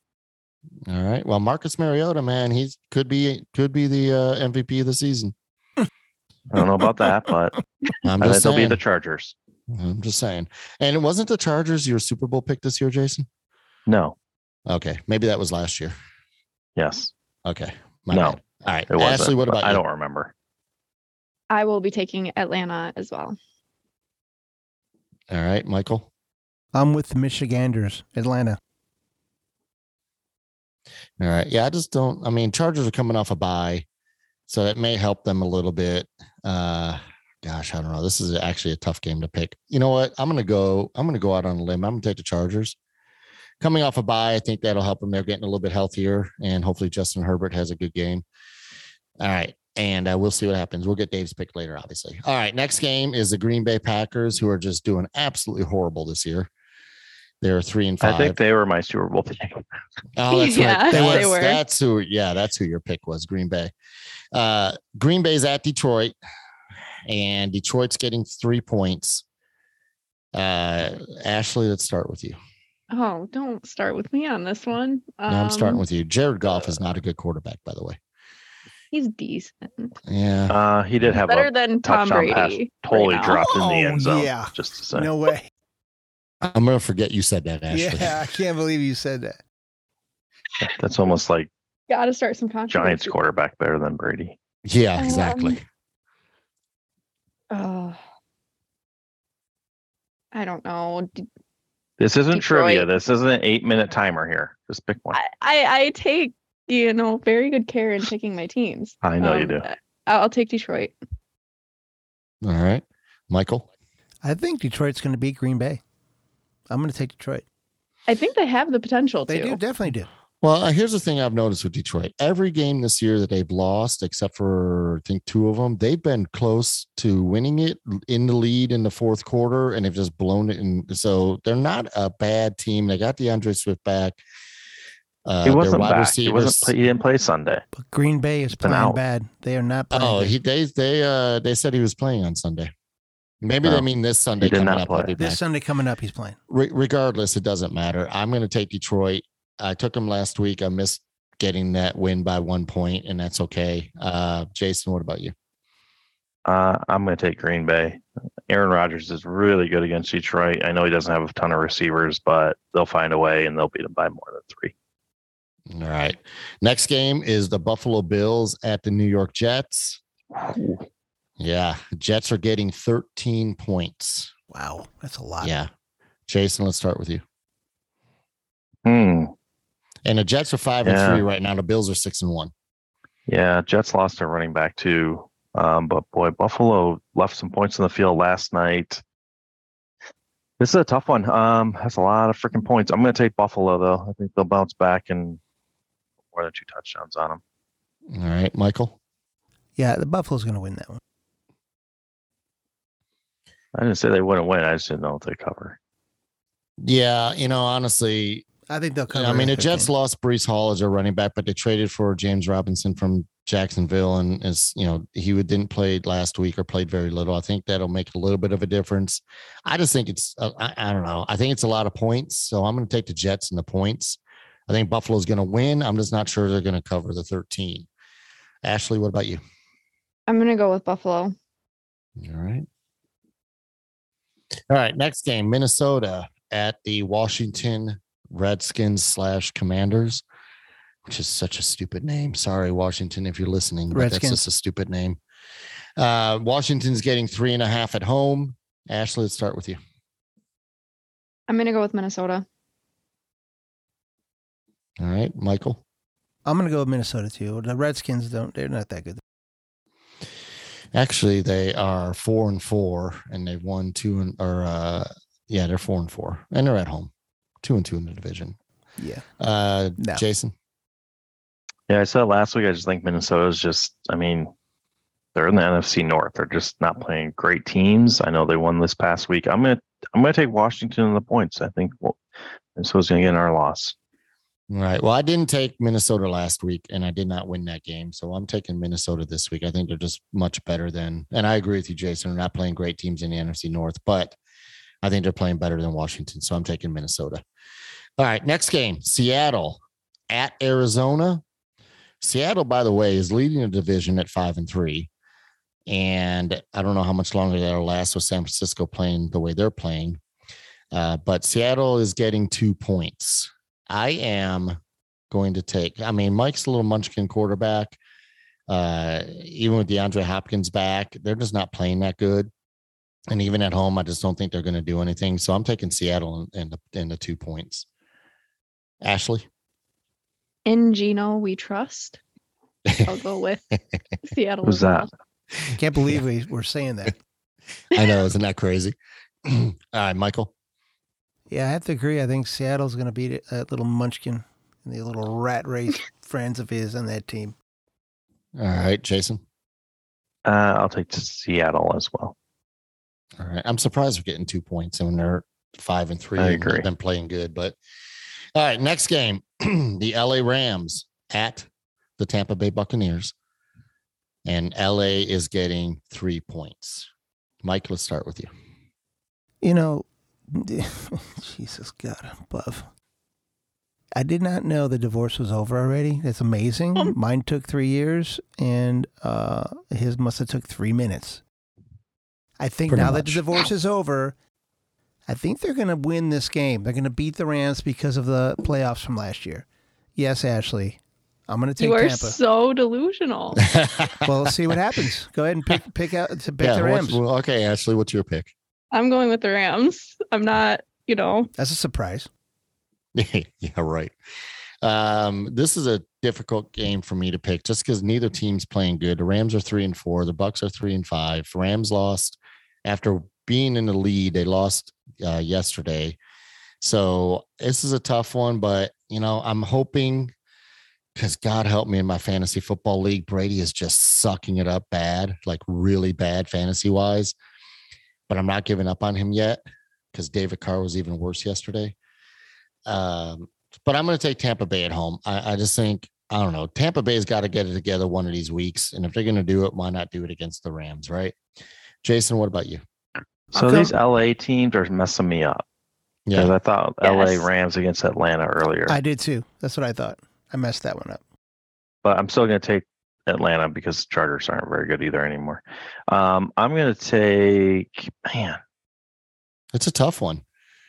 [SPEAKER 1] All right. Well, Marcus Mariota, man, he could be could be the uh, MVP of the season.
[SPEAKER 3] I don't know about that, but
[SPEAKER 1] I'm
[SPEAKER 3] I think
[SPEAKER 1] just
[SPEAKER 3] they'll be
[SPEAKER 1] saying.
[SPEAKER 3] the Chargers.
[SPEAKER 1] I'm just saying. And it wasn't the Chargers your Super Bowl pick this year, Jason?
[SPEAKER 3] No.
[SPEAKER 1] Okay, maybe that was last year.
[SPEAKER 3] Yes.
[SPEAKER 1] Okay.
[SPEAKER 3] No,
[SPEAKER 1] bad. All right.
[SPEAKER 3] It wasn't.
[SPEAKER 1] Ashley, what
[SPEAKER 3] but
[SPEAKER 1] about
[SPEAKER 3] I
[SPEAKER 1] you?
[SPEAKER 3] don't remember.
[SPEAKER 4] I will be taking Atlanta as well.
[SPEAKER 1] All right, Michael.
[SPEAKER 2] I'm with the Michiganders, Atlanta.
[SPEAKER 1] All right. Yeah, I just don't. I mean, Chargers are coming off a bye, so that may help them a little bit. Uh, gosh, I don't know. This is actually a tough game to pick. You know what? I'm gonna go. I'm gonna go out on a limb. I'm gonna take the Chargers. Coming off a bye, I think that'll help them. They're getting a little bit healthier, and hopefully Justin Herbert has a good game. All right, and uh, we'll see what happens. We'll get Dave's pick later, obviously. All right, next game is the Green Bay Packers, who are just doing absolutely horrible this year. They're three and five.
[SPEAKER 3] I think they were my Super Bowl pick.
[SPEAKER 1] Oh, that's right.
[SPEAKER 4] Yeah, they
[SPEAKER 1] That's,
[SPEAKER 4] were.
[SPEAKER 1] that's who. Yeah, that's who your pick was. Green Bay. Uh, Green Bay's at Detroit, and Detroit's getting three points. Uh, Ashley, let's start with you.
[SPEAKER 4] Oh, don't start with me on this one. Um,
[SPEAKER 1] No, I'm starting with you. Jared Goff is not a good quarterback, by the way.
[SPEAKER 4] He's decent.
[SPEAKER 1] Yeah.
[SPEAKER 3] Uh, he did have
[SPEAKER 4] Better
[SPEAKER 3] a
[SPEAKER 4] than Tom
[SPEAKER 3] touchdown
[SPEAKER 4] Brady.
[SPEAKER 3] pass totally
[SPEAKER 4] right now.
[SPEAKER 3] dropped in the
[SPEAKER 2] Oh,
[SPEAKER 3] end zone.
[SPEAKER 2] yeah.
[SPEAKER 3] Just to say.
[SPEAKER 2] No way.
[SPEAKER 1] I'm gonna forget you said that, Ashley.
[SPEAKER 2] Yeah, I can't believe you said that.
[SPEAKER 3] That's almost like
[SPEAKER 4] Gotta start some controversy.
[SPEAKER 3] Giants quarterback better than Brady.
[SPEAKER 1] Yeah,
[SPEAKER 4] Um,
[SPEAKER 1] exactly.
[SPEAKER 4] Oh. I don't know. D-
[SPEAKER 3] This isn't
[SPEAKER 4] Detroit.
[SPEAKER 3] trivia. This isn't an eight minute timer here. Just pick one.
[SPEAKER 4] I, I, I take, you know, very good care in picking my teams. Um,
[SPEAKER 3] I know you do.
[SPEAKER 4] I- I'll take Detroit. Um,
[SPEAKER 1] All right, Michael.
[SPEAKER 2] I think Detroit's going to beat Green Bay. I'm going to take Detroit.
[SPEAKER 4] I think they have the potential
[SPEAKER 2] They do
[SPEAKER 4] to.
[SPEAKER 2] definitely do.
[SPEAKER 1] Well, uh, here's the thing I've noticed with Detroit. Every game this year that they've lost, except for I think two of them, they've been close to winning it in the lead in the fourth quarter and have just blown it. And so they're not a bad team. They got DeAndre Swift back. Uh,
[SPEAKER 3] he
[SPEAKER 1] their
[SPEAKER 3] wasn't
[SPEAKER 1] wide
[SPEAKER 3] back. He
[SPEAKER 1] receivers-
[SPEAKER 3] wasn't. Play, he didn't play Sunday.
[SPEAKER 2] But Green Bay is
[SPEAKER 3] It's been
[SPEAKER 2] playing
[SPEAKER 3] out.
[SPEAKER 2] bad. They are not playing.
[SPEAKER 1] Oh,
[SPEAKER 2] good.
[SPEAKER 1] he they they uh they said he was playing on Sunday. Maybe they
[SPEAKER 3] No.
[SPEAKER 1] mean this Sunday
[SPEAKER 3] Oh. did
[SPEAKER 1] coming
[SPEAKER 3] not
[SPEAKER 1] up. I'll
[SPEAKER 3] play.
[SPEAKER 1] be back.
[SPEAKER 2] this Sunday coming up, he's playing.
[SPEAKER 1] Re- regardless, it doesn't matter. I'm going to take Detroit. I took them last week. I missed getting that win by one point, and that's okay. Uh, Jason, what about you?
[SPEAKER 3] Uh, I'm going to take Green Bay. Aaron Rodgers is really good against Detroit. I know he doesn't have a ton of receivers, but they'll find a way and they'll beat him by more than three.
[SPEAKER 1] All right. Next game is the Buffalo Bills at the New York Jets. Yeah, Jets are getting 13 points.
[SPEAKER 2] Wow, that's a lot.
[SPEAKER 1] Yeah. Jason, let's start with you.
[SPEAKER 3] Hmm.
[SPEAKER 1] And the Jets are five
[SPEAKER 3] Yeah.
[SPEAKER 1] and three right now. The Bills are six and one.
[SPEAKER 3] Yeah, Jets lost their running back too. Um, but boy, Buffalo left some points on the field last night. This is a tough one. Um, that's a lot of freaking points. I'm going to take Buffalo though. I think they'll bounce back and more than two touchdowns on them.
[SPEAKER 1] All right, Michael.
[SPEAKER 2] Yeah, the Buffalo's going to win that one.
[SPEAKER 3] I didn't say they wouldn't win. I just didn't know if they cover.
[SPEAKER 1] Yeah, you know, honestly,
[SPEAKER 2] I think they'll come.
[SPEAKER 1] I mean, the Jets lost Brees Hall as their running back, but they traded for James Robinson from Jacksonville, and is you know he would- didn't play last week or played very little. I think that'll make a little bit of a difference. I just think it's uh, I, I don't know. I think it's a lot of points, so I'm going to take the Jets and the points. I think Buffalo's going to win. I'm just not sure they're going to cover the 13. Ashley, what about you?
[SPEAKER 4] I'm going to go with Buffalo.
[SPEAKER 1] All right. All right. Next game, Minnesota at the Washington Redskins slash Commanders, which is such a stupid name. Sorry, Washington, if you're listening, but that's
[SPEAKER 2] Redskins.
[SPEAKER 1] just a stupid name. Uh, Washington's getting three and a half at home. Ashley, let's start with you.
[SPEAKER 4] I'm going to go with Minnesota.
[SPEAKER 1] All right, Michael.
[SPEAKER 2] I'm going to go with Minnesota too. The Redskins don't. They're not that good.
[SPEAKER 1] Actually, they are four and four, and they've won two and or uh, yeah, they're four and four, and they're at home, two and two in the division.
[SPEAKER 2] Yeah.
[SPEAKER 1] Uh,
[SPEAKER 2] No.
[SPEAKER 1] Jason,
[SPEAKER 3] Yeah, I said last week. I just think Minnesota's just. I mean, they're in the NFC North. They're just not playing great teams. I know they won this past week. I'm gonna. I'm gonna take Washington in the points. I think well, Minnesota's gonna get our loss.
[SPEAKER 1] All right. Well, I didn't take Minnesota last week, and I did not win that game, so I'm taking Minnesota this week. I think they're just much better than, and I agree with you, Jason. They're not playing great teams in the NFC North, but I think they're playing better than Washington, so I'm taking Minnesota. All right, next game: Seattle at Arizona. Seattle, by the way, is leading the division at five and three, and I don't know how much longer that'll last with San Francisco playing the way they're playing. Uh, but Seattle is getting two points. I am going to take. I mean, Mike's a little munchkin quarterback. Uh, even with DeAndre Hopkins back, they're just not playing that good. And even at home, I just don't think they're going to do anything. So I'm taking Seattle in, in the in the two points. Ashley,
[SPEAKER 4] In Gino, we trust. I'll go with Seattle.
[SPEAKER 3] Who's
[SPEAKER 4] as well.
[SPEAKER 2] Can't believe we, we're saying that.
[SPEAKER 1] I know isn't that crazy? All right, Michael.
[SPEAKER 2] Yeah, I have to agree. I think Seattle's going to beat that little munchkin and the little rat race friends of his on that team.
[SPEAKER 1] All right, Jason.
[SPEAKER 3] Uh, I'll take Seattle as well.
[SPEAKER 1] All right. I'm surprised we're getting two points when they're five and three.
[SPEAKER 3] I
[SPEAKER 1] and they've
[SPEAKER 3] agree.
[SPEAKER 1] Been playing good, but all right. Next game, the LA Rams at the Tampa Bay Buccaneers, and LA is getting three points. Mike, let's start with you.
[SPEAKER 2] You know, Jesus God above. I did not know the divorce was over already. That's amazing. Mine took three years, and uh, his must have took three minutes. I think
[SPEAKER 1] Pretty
[SPEAKER 2] now that
[SPEAKER 1] much.
[SPEAKER 2] the divorce is over, I think they're going to win this game. They're going to beat the Rams because of the playoffs from last year. Yes, Ashley, I'm going to take
[SPEAKER 4] You are
[SPEAKER 2] Tampa.
[SPEAKER 4] so delusional.
[SPEAKER 2] well, let's see what happens. Go ahead and pick pick out to pick
[SPEAKER 1] yeah,
[SPEAKER 2] the
[SPEAKER 1] what's-
[SPEAKER 2] Rams.
[SPEAKER 1] well, okay, Ashley, what's your pick?
[SPEAKER 4] I'm going with the Rams. I'm not, you know,
[SPEAKER 2] That's a surprise.
[SPEAKER 1] yeah, right. Um, this is a difficult game for me to pick just because neither team's playing good. The Rams are three and four, the Bucks are three and five. Rams lost after being in the lead, they lost uh, yesterday. So this is a tough one, but you know, I'm hoping because God help me in my fantasy football league, Brady is just sucking it up bad, like really bad fantasy wise. But I'm not giving up on him yet because David Carr was even worse yesterday. Um, but I'm going to take Tampa Bay at home. I, I just think I don't know. Tampa Bay's got to get it together one of these weeks, and if they're going to do it, why not do it against the Rams, right? Jason, what about you?
[SPEAKER 3] So
[SPEAKER 2] Okay.
[SPEAKER 3] these LA teams are messing me up because
[SPEAKER 1] Yeah,
[SPEAKER 3] I thought
[SPEAKER 4] Yes.
[SPEAKER 3] LA Rams against Atlanta earlier,
[SPEAKER 2] I did too. That's what I thought. I messed that one up.
[SPEAKER 3] but I'm still going to take Atlanta because the Chargers aren't very good either anymore. Um, I'm going to take man.
[SPEAKER 1] it's a tough one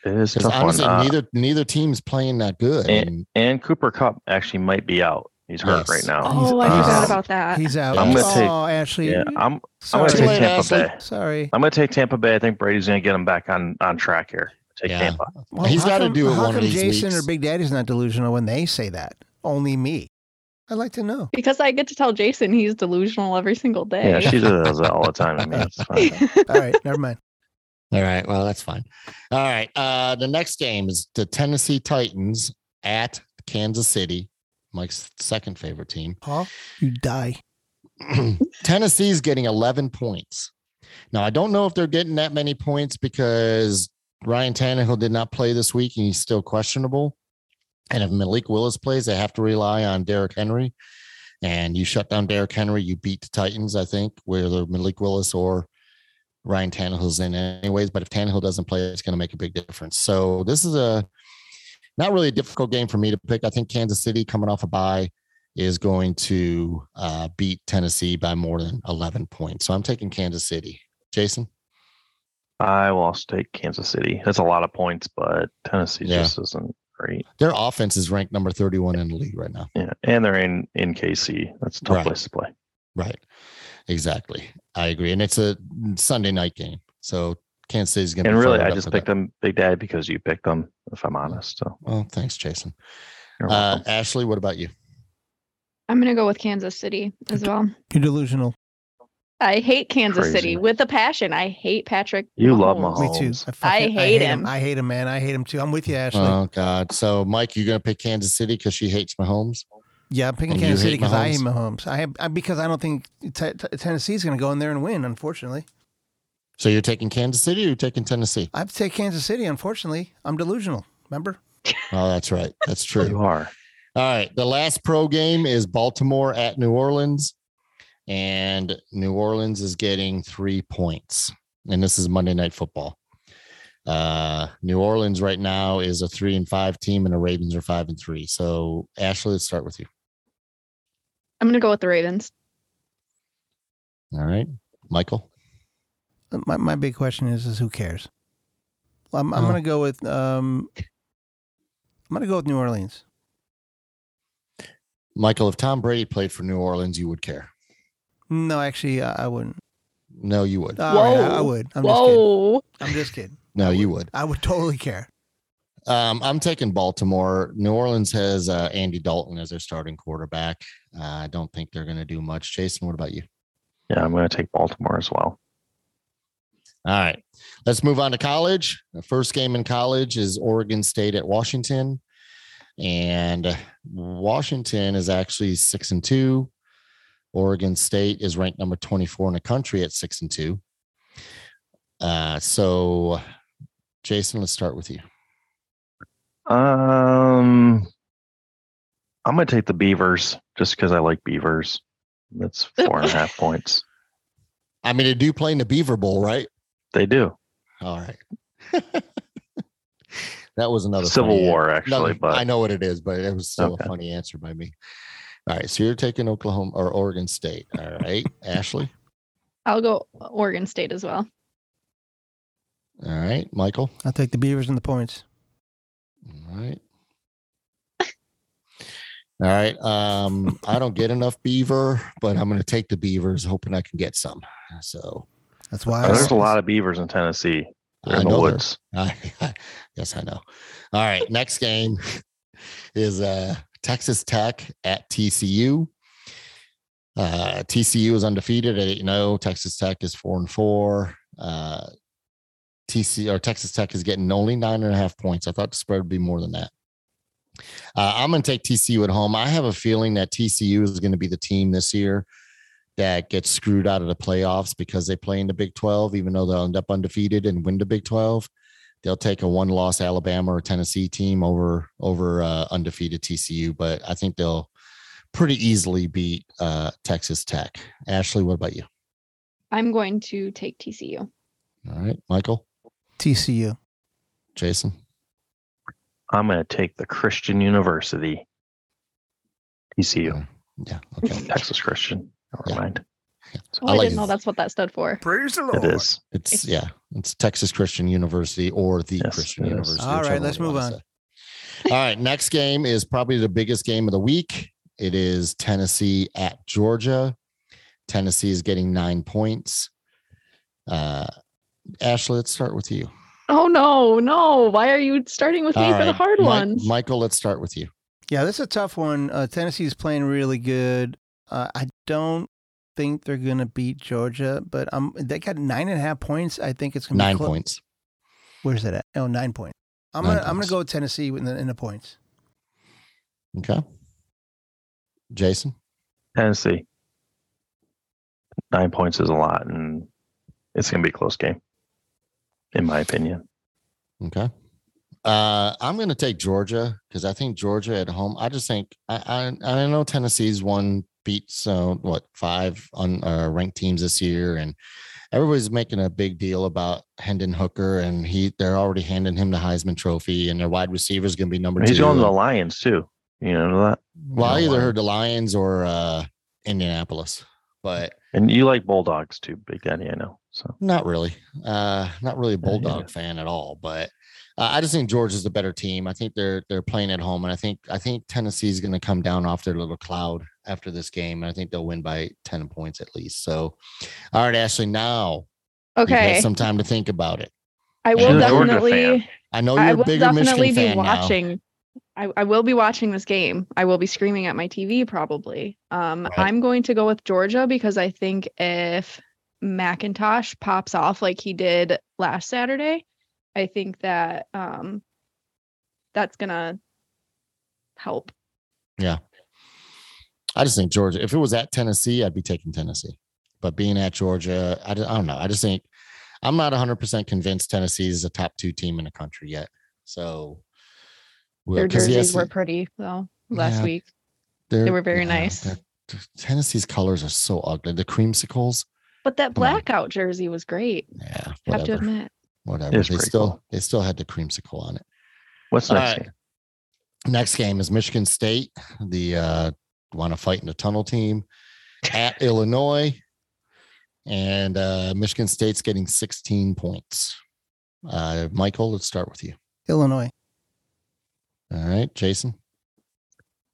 [SPEAKER 3] It is a
[SPEAKER 1] because
[SPEAKER 3] tough
[SPEAKER 1] honestly,
[SPEAKER 3] one. Uh,
[SPEAKER 1] neither neither team's playing that good.
[SPEAKER 3] Eh.
[SPEAKER 1] and-
[SPEAKER 3] and Cooper Cup actually might be out. He's hurt
[SPEAKER 1] Yes.
[SPEAKER 3] right now.
[SPEAKER 4] oh, I
[SPEAKER 3] um,
[SPEAKER 4] forgot about that.
[SPEAKER 2] He's out.
[SPEAKER 1] I'm gonna
[SPEAKER 2] oh,
[SPEAKER 3] take-
[SPEAKER 2] Ashley.
[SPEAKER 3] Yeah, I'm. I'm
[SPEAKER 2] sorry.
[SPEAKER 3] going to
[SPEAKER 1] Sorry.
[SPEAKER 3] take Tampa
[SPEAKER 1] Ashley.
[SPEAKER 3] Bay.
[SPEAKER 2] sorry.
[SPEAKER 3] I'm going to take Tampa Bay. I think Brady's going to get him back on on track here. Take
[SPEAKER 1] Yeah.
[SPEAKER 3] Tampa.
[SPEAKER 2] Well,
[SPEAKER 1] He's
[SPEAKER 2] how
[SPEAKER 1] gotta
[SPEAKER 2] come-
[SPEAKER 1] do it
[SPEAKER 2] How
[SPEAKER 1] one of
[SPEAKER 2] come
[SPEAKER 1] these
[SPEAKER 2] Jason
[SPEAKER 1] weeks.
[SPEAKER 2] or Big Daddy's not delusional when they say that? Only me. I'd like to know.
[SPEAKER 4] Because I get to tell Jason he's delusional every single
[SPEAKER 3] Yeah,
[SPEAKER 4] day.
[SPEAKER 3] she does that all the time. I mean, it's fine.
[SPEAKER 2] All right, never mind.
[SPEAKER 1] All right. Well, that's fine. All right. Uh, the next game is the Tennessee Titans at Kansas City, Mike's second favorite team.
[SPEAKER 2] Paul, you die.
[SPEAKER 1] Tennessee's getting 11 points. Now, I don't know if they're getting that many points because Ryan Tannehill did not play this week and he's still questionable. And if Malik Willis plays, they have to rely on Derrick Henry. And you shut down Derrick Henry, you beat the Titans, I think, whether Malik Willis or Ryan Tannehill's in anyways. But if Tannehill doesn't play, it's going to make a big difference. So this is a not really a difficult game for me to pick. I think Kansas City coming off a bye is going to uh, beat Tennessee by more than 11 points. So I'm taking Kansas City. Jason?
[SPEAKER 3] I will also take Kansas City. That's a lot of points, but Tennessee
[SPEAKER 1] Yeah.
[SPEAKER 3] just isn't great.
[SPEAKER 1] Their offense is ranked number 31 in the league right now.
[SPEAKER 3] Yeah, and they're in in KC. That's a tough
[SPEAKER 1] Right.
[SPEAKER 3] place to play.
[SPEAKER 1] Right. Exactly. I agree. And it's a Sunday night game. So Kansas City's going to
[SPEAKER 3] And
[SPEAKER 1] be
[SPEAKER 3] really,
[SPEAKER 1] fired
[SPEAKER 3] I
[SPEAKER 1] up
[SPEAKER 3] just
[SPEAKER 1] for
[SPEAKER 3] picked
[SPEAKER 1] that.
[SPEAKER 3] them, Big Dad, because you picked them. If I'm honest, so
[SPEAKER 1] Well, thanks, Jason.
[SPEAKER 3] you're
[SPEAKER 1] Uh,
[SPEAKER 3] welcome.
[SPEAKER 1] Ashley, what about you?
[SPEAKER 4] I'm gonna go with Kansas City as well.
[SPEAKER 2] You're delusional.
[SPEAKER 4] I hate Kansas
[SPEAKER 3] Crazy.
[SPEAKER 4] City with a passion. I hate Patrick.
[SPEAKER 3] You love
[SPEAKER 2] Me
[SPEAKER 3] Mahomes. Uh,
[SPEAKER 2] too.
[SPEAKER 3] Holmes.
[SPEAKER 4] I
[SPEAKER 2] fucking-
[SPEAKER 4] hate him.
[SPEAKER 2] I hate him, man. I hate him too. I'm with you, Ashley.
[SPEAKER 1] Oh God! So Mike, you gonna pick Kansas City because she hates Mahomes?
[SPEAKER 2] yeah, I'm picking
[SPEAKER 1] and you
[SPEAKER 2] Kansas City
[SPEAKER 1] hate
[SPEAKER 2] because I
[SPEAKER 1] Mahomes?
[SPEAKER 2] hate Mahomes. I, have, I because I don't think t- t- Tennessee's going to go in there and win. Unfortunately,
[SPEAKER 1] So you're taking Kansas City? or You're taking Tennessee?
[SPEAKER 2] I have to take Kansas City. Unfortunately, I'm delusional. Remember?
[SPEAKER 1] Oh, that's right. That's true.
[SPEAKER 3] You are.
[SPEAKER 1] All right. The last pro game is Baltimore at New Orleans. And New Orleans is getting three points. And this is Monday Night Football. Uh, New Orleans right now is a three and five team, and the Ravens are five and three. So, Ashley, let's start with you.
[SPEAKER 4] I'm gonna go with the Ravens.
[SPEAKER 1] All right. Michael.
[SPEAKER 2] My my big question is is who cares? Well, I'm I'm
[SPEAKER 1] Oh.
[SPEAKER 2] going to go with um. I'm going to go with New Orleans.
[SPEAKER 1] Michael, if Tom Brady played for New Orleans, you would care.
[SPEAKER 2] No, actually, I, I wouldn't.
[SPEAKER 1] No, you would.
[SPEAKER 2] All right, I, I
[SPEAKER 4] Whoa.
[SPEAKER 2] would. I'm just kidding.
[SPEAKER 4] Whoa.
[SPEAKER 2] I'm just kidding.
[SPEAKER 1] No, you would.
[SPEAKER 2] Uh, I would totally care.
[SPEAKER 1] Um, I'm taking Baltimore. New Orleans has uh, Andy Dalton as their starting quarterback. Uh, I don't think they're going to do much. Jason, what about you?
[SPEAKER 3] Yeah, I'm going to take Baltimore as well.
[SPEAKER 1] All right. Let's move on to college. The first game in college is Oregon State at Washington. And Washington is actually six and two. Oregon State is ranked number 24 in the country at six and two. Uh, so, Jason, let's start with you.
[SPEAKER 3] Um, I'm going to take the Beavers just because I like Beavers. That's four and a half points.
[SPEAKER 1] I mean, they do play in the Beaver Bowl, right?
[SPEAKER 3] They do.
[SPEAKER 1] All right. that was another
[SPEAKER 3] Civil
[SPEAKER 1] funny an-
[SPEAKER 3] War, actually,
[SPEAKER 1] another-
[SPEAKER 3] but
[SPEAKER 1] I know what it is, but it was still
[SPEAKER 3] Okay.
[SPEAKER 1] a funny answer by me. All right, so you're taking Oklahoma or Oregon State. All right, Ashley.
[SPEAKER 4] I'll go Oregon State as well.
[SPEAKER 1] All right, Michael.
[SPEAKER 2] I'll take the Beavers and the points.
[SPEAKER 1] All right. All right. Um, I don't get enough beaver, but I'm going to take the beavers, hoping I can get some. So
[SPEAKER 2] That's why.
[SPEAKER 3] Oh,
[SPEAKER 2] I-
[SPEAKER 3] there's a lot of Beavers in Tennessee. They're
[SPEAKER 1] I
[SPEAKER 3] in the
[SPEAKER 1] know there-
[SPEAKER 3] woods.
[SPEAKER 1] I, yes, I know. All right, next game is uh, Texas Tech at TCU. Uh, TCU is undefeated at eight and zero. Texas Tech is four and four. Uh, TC or Texas Tech is getting only nine and a half points. I thought the spread would be more than that. Uh, I'm going to take TCU at home. I have a feeling that TCU is going to be the team this year that gets screwed out of the playoffs because they play in the Big 12, even though they'll end up undefeated and win the Big 12. They'll take a one loss Alabama or Tennessee team over over uh, undefeated TCU, but I think they'll pretty easily beat uh, Texas Tech. Ashley, what about you?
[SPEAKER 4] I'm going to take TCU.
[SPEAKER 1] All right, Michael,
[SPEAKER 2] TCU.
[SPEAKER 1] Jason.
[SPEAKER 3] I'm going to take the Christian University. TCU,
[SPEAKER 1] Yeah, okay.
[SPEAKER 3] Texas Christian. Never
[SPEAKER 1] Yeah.
[SPEAKER 3] mind.
[SPEAKER 4] Oh, I,
[SPEAKER 1] like
[SPEAKER 4] didn't know
[SPEAKER 1] it.
[SPEAKER 4] that's what that stood for.
[SPEAKER 7] Praise the
[SPEAKER 5] Oh
[SPEAKER 3] It is.
[SPEAKER 1] It's yeah, it's Texas Christian University or the
[SPEAKER 3] Yes,
[SPEAKER 1] Christian
[SPEAKER 3] it is.
[SPEAKER 1] University.
[SPEAKER 2] All right,
[SPEAKER 1] whichever
[SPEAKER 2] let's
[SPEAKER 1] one you
[SPEAKER 2] move
[SPEAKER 1] wanna
[SPEAKER 2] on.
[SPEAKER 1] say. All right, next game is probably the biggest game of the week. It is Tennessee at Georgia. Tennessee is getting nine points. Uh, Ashley, let's start with you.
[SPEAKER 4] Oh no, no. Why are you starting with me
[SPEAKER 1] All
[SPEAKER 4] for
[SPEAKER 3] Uh,
[SPEAKER 4] the
[SPEAKER 1] right,
[SPEAKER 4] hard
[SPEAKER 1] Mi-
[SPEAKER 4] ones?
[SPEAKER 1] Michael, let's start with you.
[SPEAKER 2] Yeah, this is a tough one. Uh, Tennessee's playing really good. Uh, I don't think they're gonna beat Georgia, but um, they got nine and a half points. I think it's gonna
[SPEAKER 1] Nine
[SPEAKER 2] be clo-
[SPEAKER 1] points.
[SPEAKER 2] Where's that at? Oh, nine points. I'm
[SPEAKER 1] Nine
[SPEAKER 2] gonna I'm gonna
[SPEAKER 1] points.
[SPEAKER 2] go with Tennessee in the, in the points.
[SPEAKER 1] Okay. Jason,
[SPEAKER 3] Tennessee. Nine points is a lot, and it's going to be a close game, in my opinion.
[SPEAKER 1] Okay. Uh, I'm going to take Georgia because I think Georgia at home. I just think I I, I know Tennessee's won beat so what five on uh, ranked teams this year, and everybody's making a big deal about Hendon Hooker, and he they're already handing him the Heisman Trophy, and their wide receiver is going to be number
[SPEAKER 3] He's
[SPEAKER 1] two.
[SPEAKER 3] going to the Lions, too. You know that?
[SPEAKER 1] well, I
[SPEAKER 3] the
[SPEAKER 1] either
[SPEAKER 3] Lions.
[SPEAKER 1] heard the Lions or uh, Indianapolis, but
[SPEAKER 3] And you like Bulldogs, too, Big Daddy, I know. So
[SPEAKER 1] Not really. Uh, not really a
[SPEAKER 3] Yeah, yeah.
[SPEAKER 1] bulldog fan at all. But uh, I just think Georgia's the better team. I think they're they're playing at home, and I think I think Tennessee's going to come down off their little cloud after this game, and I think they'll win by ten points at least. So, all right, Ashley, now you've
[SPEAKER 4] okay.
[SPEAKER 1] had some time to think about it.
[SPEAKER 4] I
[SPEAKER 1] You're
[SPEAKER 4] will
[SPEAKER 1] a Georgia
[SPEAKER 4] definitely
[SPEAKER 1] I know
[SPEAKER 4] I
[SPEAKER 1] Oh, you're a
[SPEAKER 4] will
[SPEAKER 1] bigger
[SPEAKER 4] definitely
[SPEAKER 1] Michigan
[SPEAKER 4] be
[SPEAKER 1] fan
[SPEAKER 4] watching. I, I will be watching this game. I will be screaming at my TV probably. Um,
[SPEAKER 1] Right.
[SPEAKER 4] I'm going to go with Georgia because I think if Macintosh pops off like he did last Saturday, I think that um that's gonna help.
[SPEAKER 1] I just think Georgia. If it was at Tennessee, I'd be taking Tennessee. But being at Georgia, I, just, I don't know. I just think I'm not 100 percent convinced Tennessee is a top two team in the country yet. So we'll-
[SPEAKER 4] Their
[SPEAKER 1] 'cause
[SPEAKER 4] jerseys
[SPEAKER 1] yes,
[SPEAKER 4] were pretty though last
[SPEAKER 1] Yeah.
[SPEAKER 4] week.
[SPEAKER 1] they're-
[SPEAKER 4] they were very nice.
[SPEAKER 1] they're- Tennessee's colors are so ugly. The creamsicles,
[SPEAKER 4] But that
[SPEAKER 1] Come on.
[SPEAKER 4] blackout jersey was great.
[SPEAKER 1] yeah,
[SPEAKER 4] Have to
[SPEAKER 1] whatever,
[SPEAKER 4] admit.
[SPEAKER 1] whatever.
[SPEAKER 3] It's
[SPEAKER 1] They
[SPEAKER 3] pretty
[SPEAKER 1] still
[SPEAKER 3] cool.
[SPEAKER 1] they still had the creamsicle on it.
[SPEAKER 3] What's
[SPEAKER 1] All
[SPEAKER 3] next?
[SPEAKER 1] right.
[SPEAKER 3] game?
[SPEAKER 1] Next game is Michigan State, the uh, want to fight in the tunnel team at Illinois, and uh, Michigan State's getting 16 points. Uh, Michael, let's start with you.
[SPEAKER 2] Illinois.
[SPEAKER 1] All right, Jason.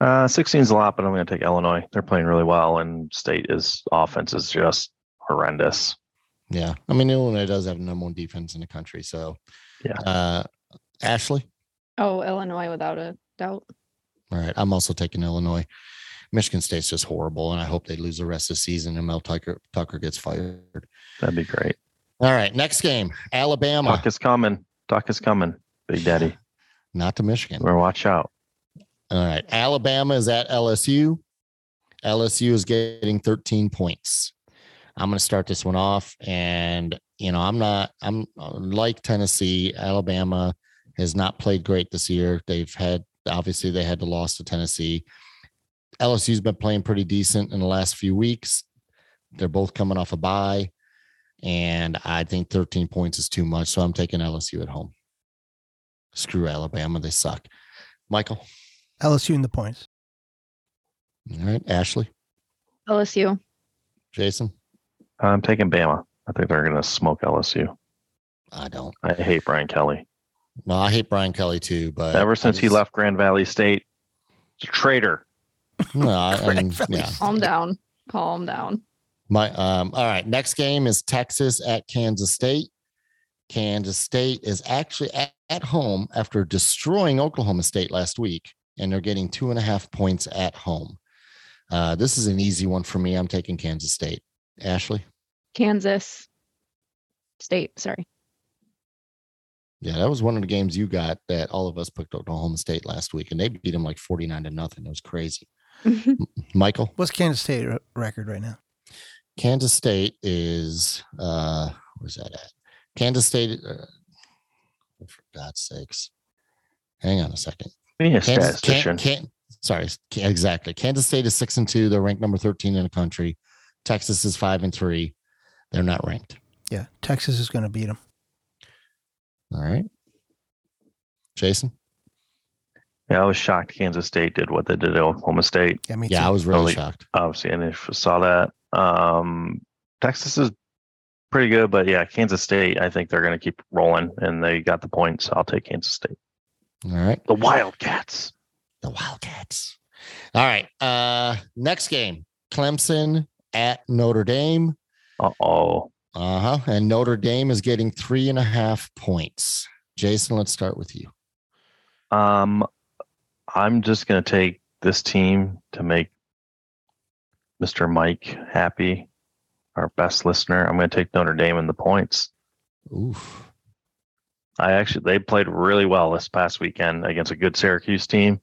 [SPEAKER 3] Uh, 16's a lot, but I'm going to take Illinois. They're playing really well, and State is offense is just horrendous.
[SPEAKER 1] Yeah, I mean Illinois does have the number one defense in the country, so
[SPEAKER 3] Yeah.
[SPEAKER 1] Uh, Ashley.
[SPEAKER 4] Oh, Illinois without a doubt.
[SPEAKER 1] All right, I'm also taking Illinois. Michigan State's just horrible, and I hope they lose the rest of the season and Mel Tucker Tucker gets fired.
[SPEAKER 3] That'd be great.
[SPEAKER 1] All right, next game, Alabama,
[SPEAKER 3] Duck is coming. Duck is coming. Big Daddy.
[SPEAKER 1] not to Michigan.
[SPEAKER 3] Or watch out.
[SPEAKER 1] All right. Alabama is at LSU. LSU is getting 13 points. I'm going to start this one off. And, you know, I'm not, I'm uh, like Tennessee, Alabama has not played great this year. They've had, obviously, they had the loss to Tennessee. LSU's been playing pretty decent in the last few weeks. They're both coming off a bye. And I think 13 points is too much. So I'm taking LSU at home. Screw Alabama. They suck. Michael.
[SPEAKER 2] LSU in the points.
[SPEAKER 1] All right, Ashley,
[SPEAKER 4] LSU.
[SPEAKER 1] Jason.
[SPEAKER 3] I'm taking Bama. I think they're going to smoke LSU.
[SPEAKER 1] I don't.
[SPEAKER 3] I hate Brian Kelly.
[SPEAKER 1] No, I hate Brian Kelly too. But I
[SPEAKER 3] Ever since he
[SPEAKER 1] just-
[SPEAKER 3] left Grand Valley State, he's a traitor.
[SPEAKER 1] no, I, I mean,
[SPEAKER 2] Grand Valley
[SPEAKER 1] yeah.
[SPEAKER 4] Calm down. Calm down.
[SPEAKER 1] My um. All right, next game is Texas at Kansas State. Kansas State is actually at, at home after destroying Oklahoma State last week, and they're getting two and a half points at home. Uh, this is an easy one for me. I'm taking Kansas State. Ashley,
[SPEAKER 4] Kansas State. Sorry.
[SPEAKER 1] yeah, that was one of the games you got that all of us picked Oklahoma State last week, and they beat them like 49 to nothing. It was crazy. Michael.
[SPEAKER 2] What's Kansas State r- record right now?
[SPEAKER 1] Kansas State is uh where's that at? Kansas State uh, oh, for God's sakes. Hang on a second.
[SPEAKER 3] Be a
[SPEAKER 1] Kansas
[SPEAKER 3] statistician.
[SPEAKER 1] can't, can't sorry, K- exactly. Kansas State is six and two. They're ranked number 13 in the country. Texas is five and three. They're not ranked.
[SPEAKER 2] Yeah, Texas is going to beat them.
[SPEAKER 1] All right. Jason.
[SPEAKER 3] Yeah, I was shocked Kansas State did what they did at Oklahoma State.
[SPEAKER 2] Yeah, me
[SPEAKER 1] Yeah, I
[SPEAKER 2] too.
[SPEAKER 1] was really
[SPEAKER 3] Totally.
[SPEAKER 1] shocked.
[SPEAKER 3] Obviously, and if I saw that, um, Texas is pretty good, but yeah, Kansas State. I think they're going to keep rolling, and they got the points. I'll take Kansas State.
[SPEAKER 1] All right.
[SPEAKER 3] The Wildcats.
[SPEAKER 1] The Wildcats. All right. Uh next game. Clemson at Notre Dame.
[SPEAKER 3] Uh oh.
[SPEAKER 1] Uh huh. And Notre Dame is getting three and a half points. Jason, let's start with you.
[SPEAKER 3] Um, I'm just going to take this team to make Mr. Mike happy, our best listener. I'm going to take Notre Dame in the points.
[SPEAKER 1] Oof.
[SPEAKER 3] I actually they played really well this past weekend against a good Syracuse team,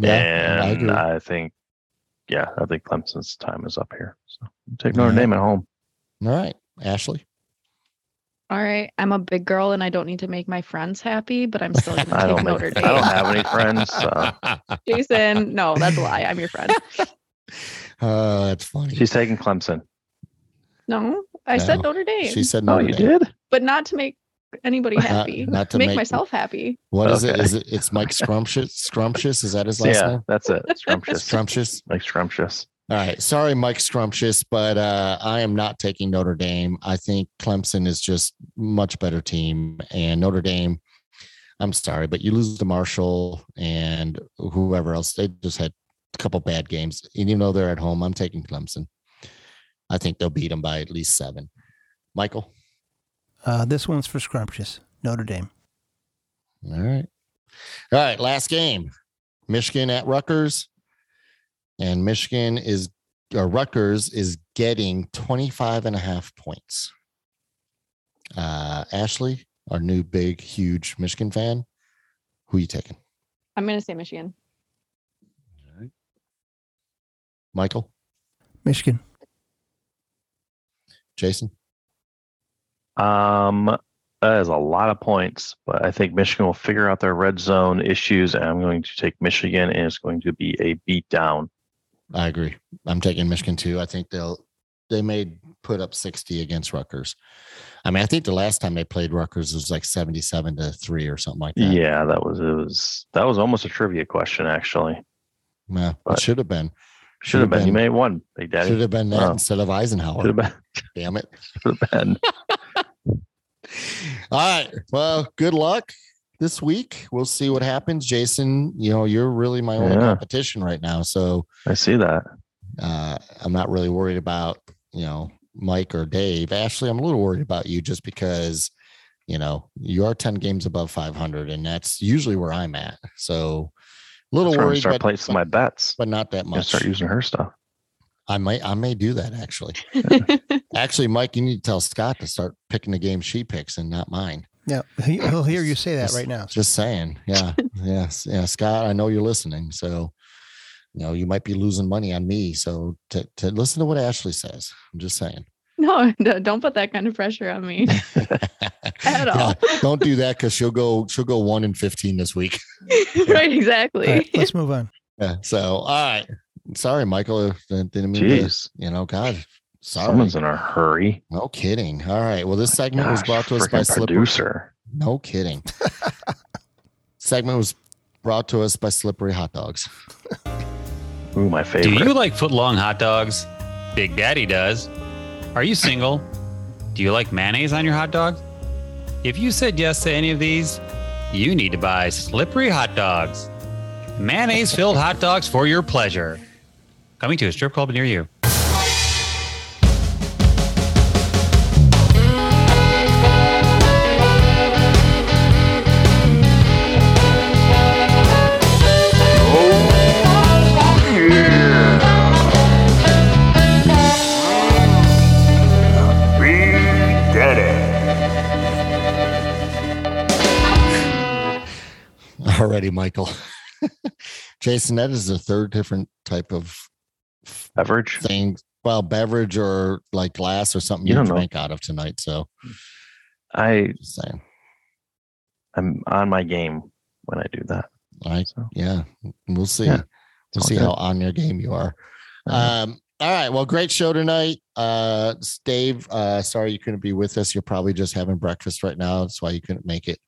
[SPEAKER 1] I
[SPEAKER 3] and
[SPEAKER 1] agree.
[SPEAKER 3] I, think, yeah, I think Clemson's time is up here. So take Notre
[SPEAKER 1] Yeah.
[SPEAKER 3] Dame at home.
[SPEAKER 1] All right, Ashley.
[SPEAKER 4] All right. I'm a big girl and I don't need to make my friends happy, but I'm still
[SPEAKER 3] I
[SPEAKER 4] gonna
[SPEAKER 3] don't
[SPEAKER 4] take
[SPEAKER 3] make-
[SPEAKER 4] Notre
[SPEAKER 3] I don't
[SPEAKER 4] Dame.
[SPEAKER 3] have any friends. uh, So.
[SPEAKER 4] Jason, no, that's a lie. I'm your friend.
[SPEAKER 1] Uh, it's funny.
[SPEAKER 3] She's taking Clemson.
[SPEAKER 4] No, I said
[SPEAKER 1] No,
[SPEAKER 4] Notre Dame.
[SPEAKER 1] she said
[SPEAKER 3] Oh,
[SPEAKER 1] Notre
[SPEAKER 3] you
[SPEAKER 1] Dame.
[SPEAKER 3] did?
[SPEAKER 4] But not to make anybody
[SPEAKER 1] Not-
[SPEAKER 4] happy.
[SPEAKER 1] not to
[SPEAKER 4] to make,
[SPEAKER 1] make-
[SPEAKER 4] myself happy.
[SPEAKER 1] What is it?
[SPEAKER 3] Okay.
[SPEAKER 1] Is it? It's Mike Scrumptious. Scrumptious. Is that his last
[SPEAKER 3] Yeah,
[SPEAKER 1] name?
[SPEAKER 3] that's it. Scrumptious.
[SPEAKER 1] Scrumptious.
[SPEAKER 3] Like scrumptious.
[SPEAKER 1] All right. Sorry, Mike Scrumptious, but uh, I am not taking Notre Dame. I think Clemson is just much better team, and Notre Dame. I'm sorry, but you lose to Marshall and whoever else. They just had a couple bad games, and even though they're at home, I'm taking Clemson. I think they'll beat them by at least seven. Michael.
[SPEAKER 2] Uh, this one's for Scrumptious, Notre Dame.
[SPEAKER 1] All right. All right. Last game Michigan at Rutgers. And Michigan is uh, Rutgers is getting 25 and a half points. Uh, Ashley, our new big, huge Michigan fan, who you taking?
[SPEAKER 4] I'm going to say Michigan.
[SPEAKER 1] Michael,
[SPEAKER 2] Michigan.
[SPEAKER 1] Jason?
[SPEAKER 3] Um, that is a lot of points, but I think Michigan will figure out their red zone issues, and I'm going to take Michigan, and it's going to be a beatdown.
[SPEAKER 1] I agree. I'm taking Michigan too. I think they'll they may put up 60 against Rutgers. I mean, I think the last time they played Rutgers was like 77 to 3 or something like that.
[SPEAKER 3] Yeah, that was it was that was almost a trivia question actually.
[SPEAKER 1] Yeah, it
[SPEAKER 3] But-
[SPEAKER 1] should have been.
[SPEAKER 3] Should have been. You
[SPEAKER 1] been.
[SPEAKER 3] may have won,
[SPEAKER 1] Should
[SPEAKER 3] Big Daddy.
[SPEAKER 1] have been that
[SPEAKER 3] Oh.
[SPEAKER 1] instead of Eisenhower.
[SPEAKER 3] Should have been.
[SPEAKER 1] Damn it.
[SPEAKER 3] Should have been.
[SPEAKER 1] All right. Well, good luck this week. We'll see what happens. Jason, you know, you're really my only
[SPEAKER 3] Yeah.
[SPEAKER 1] competition right now. So
[SPEAKER 3] I see that.
[SPEAKER 1] uh, I'm not really worried about, you know, Mike or Dave. Ashley, I'm a little worried about you just because, you know, you are 10 games above 500, and that's usually where I'm at. So a little
[SPEAKER 3] That's where I'm gonna
[SPEAKER 1] worried,
[SPEAKER 3] start
[SPEAKER 1] but,
[SPEAKER 3] playing some of my
[SPEAKER 1] but,
[SPEAKER 3] bets.
[SPEAKER 1] but not that
[SPEAKER 3] I'm gonna
[SPEAKER 1] much.
[SPEAKER 3] start using her stuff.
[SPEAKER 1] I may I may do that actually. Actually, Mike, you need to tell Scott to start picking the game she picks and not mine.
[SPEAKER 2] Yeah, he- he'll hear you say that
[SPEAKER 1] Just-
[SPEAKER 2] right now.
[SPEAKER 1] Just saying. Yeah. yes. Yeah. Scott, I know you're listening. So, you know, you might be losing money on me. So, to, to listen to what Ashley says, I'm just saying.
[SPEAKER 4] No, no, don't put that kind of pressure on me. At all.
[SPEAKER 1] don't do that because she'll go, she'll go one and 15 this week.
[SPEAKER 4] right,
[SPEAKER 2] All right,
[SPEAKER 4] exactly.
[SPEAKER 2] let's move on.
[SPEAKER 1] Yeah. So, all right. Sorry, Michael. if I Didn't mean to,
[SPEAKER 3] Jeez,
[SPEAKER 1] you know, God, sorry.
[SPEAKER 3] someone's in a hurry.
[SPEAKER 1] No kidding. All right. Well, this segment was
[SPEAKER 3] Gosh,
[SPEAKER 1] brought to us by
[SPEAKER 3] frickin'
[SPEAKER 1] Slippery.
[SPEAKER 3] producer.
[SPEAKER 1] No kidding. segment was brought to us by Slippery Hot Dogs.
[SPEAKER 3] Ooh, my
[SPEAKER 6] Do
[SPEAKER 3] favorite.
[SPEAKER 6] you like foot long hot dogs? Big Daddy does. Are you single? Do you like mayonnaise on your hot dogs? If you said yes to any of these, you need to buy slippery hot dogs. Mayonnaise filled hot dogs for your pleasure. Coming to a strip club near you.
[SPEAKER 1] Already, Michael. Jason, that is a third different type of
[SPEAKER 3] Beverage.
[SPEAKER 1] thing. Well, beverage or like glass or something
[SPEAKER 3] You
[SPEAKER 1] you,
[SPEAKER 3] don't know.
[SPEAKER 1] drank out of tonight. So
[SPEAKER 3] I
[SPEAKER 1] just saying.
[SPEAKER 3] am on my game when I do that.
[SPEAKER 1] All right.
[SPEAKER 3] So
[SPEAKER 1] Yeah. We'll see.
[SPEAKER 3] Yeah,
[SPEAKER 1] we'll
[SPEAKER 3] all
[SPEAKER 1] see
[SPEAKER 3] good. Uh-huh.
[SPEAKER 1] how on your game you are. Um, all right. Well, great show tonight. Uh Dave, uh sorry you couldn't be with us. You're probably just having breakfast right now. That's why you couldn't make it.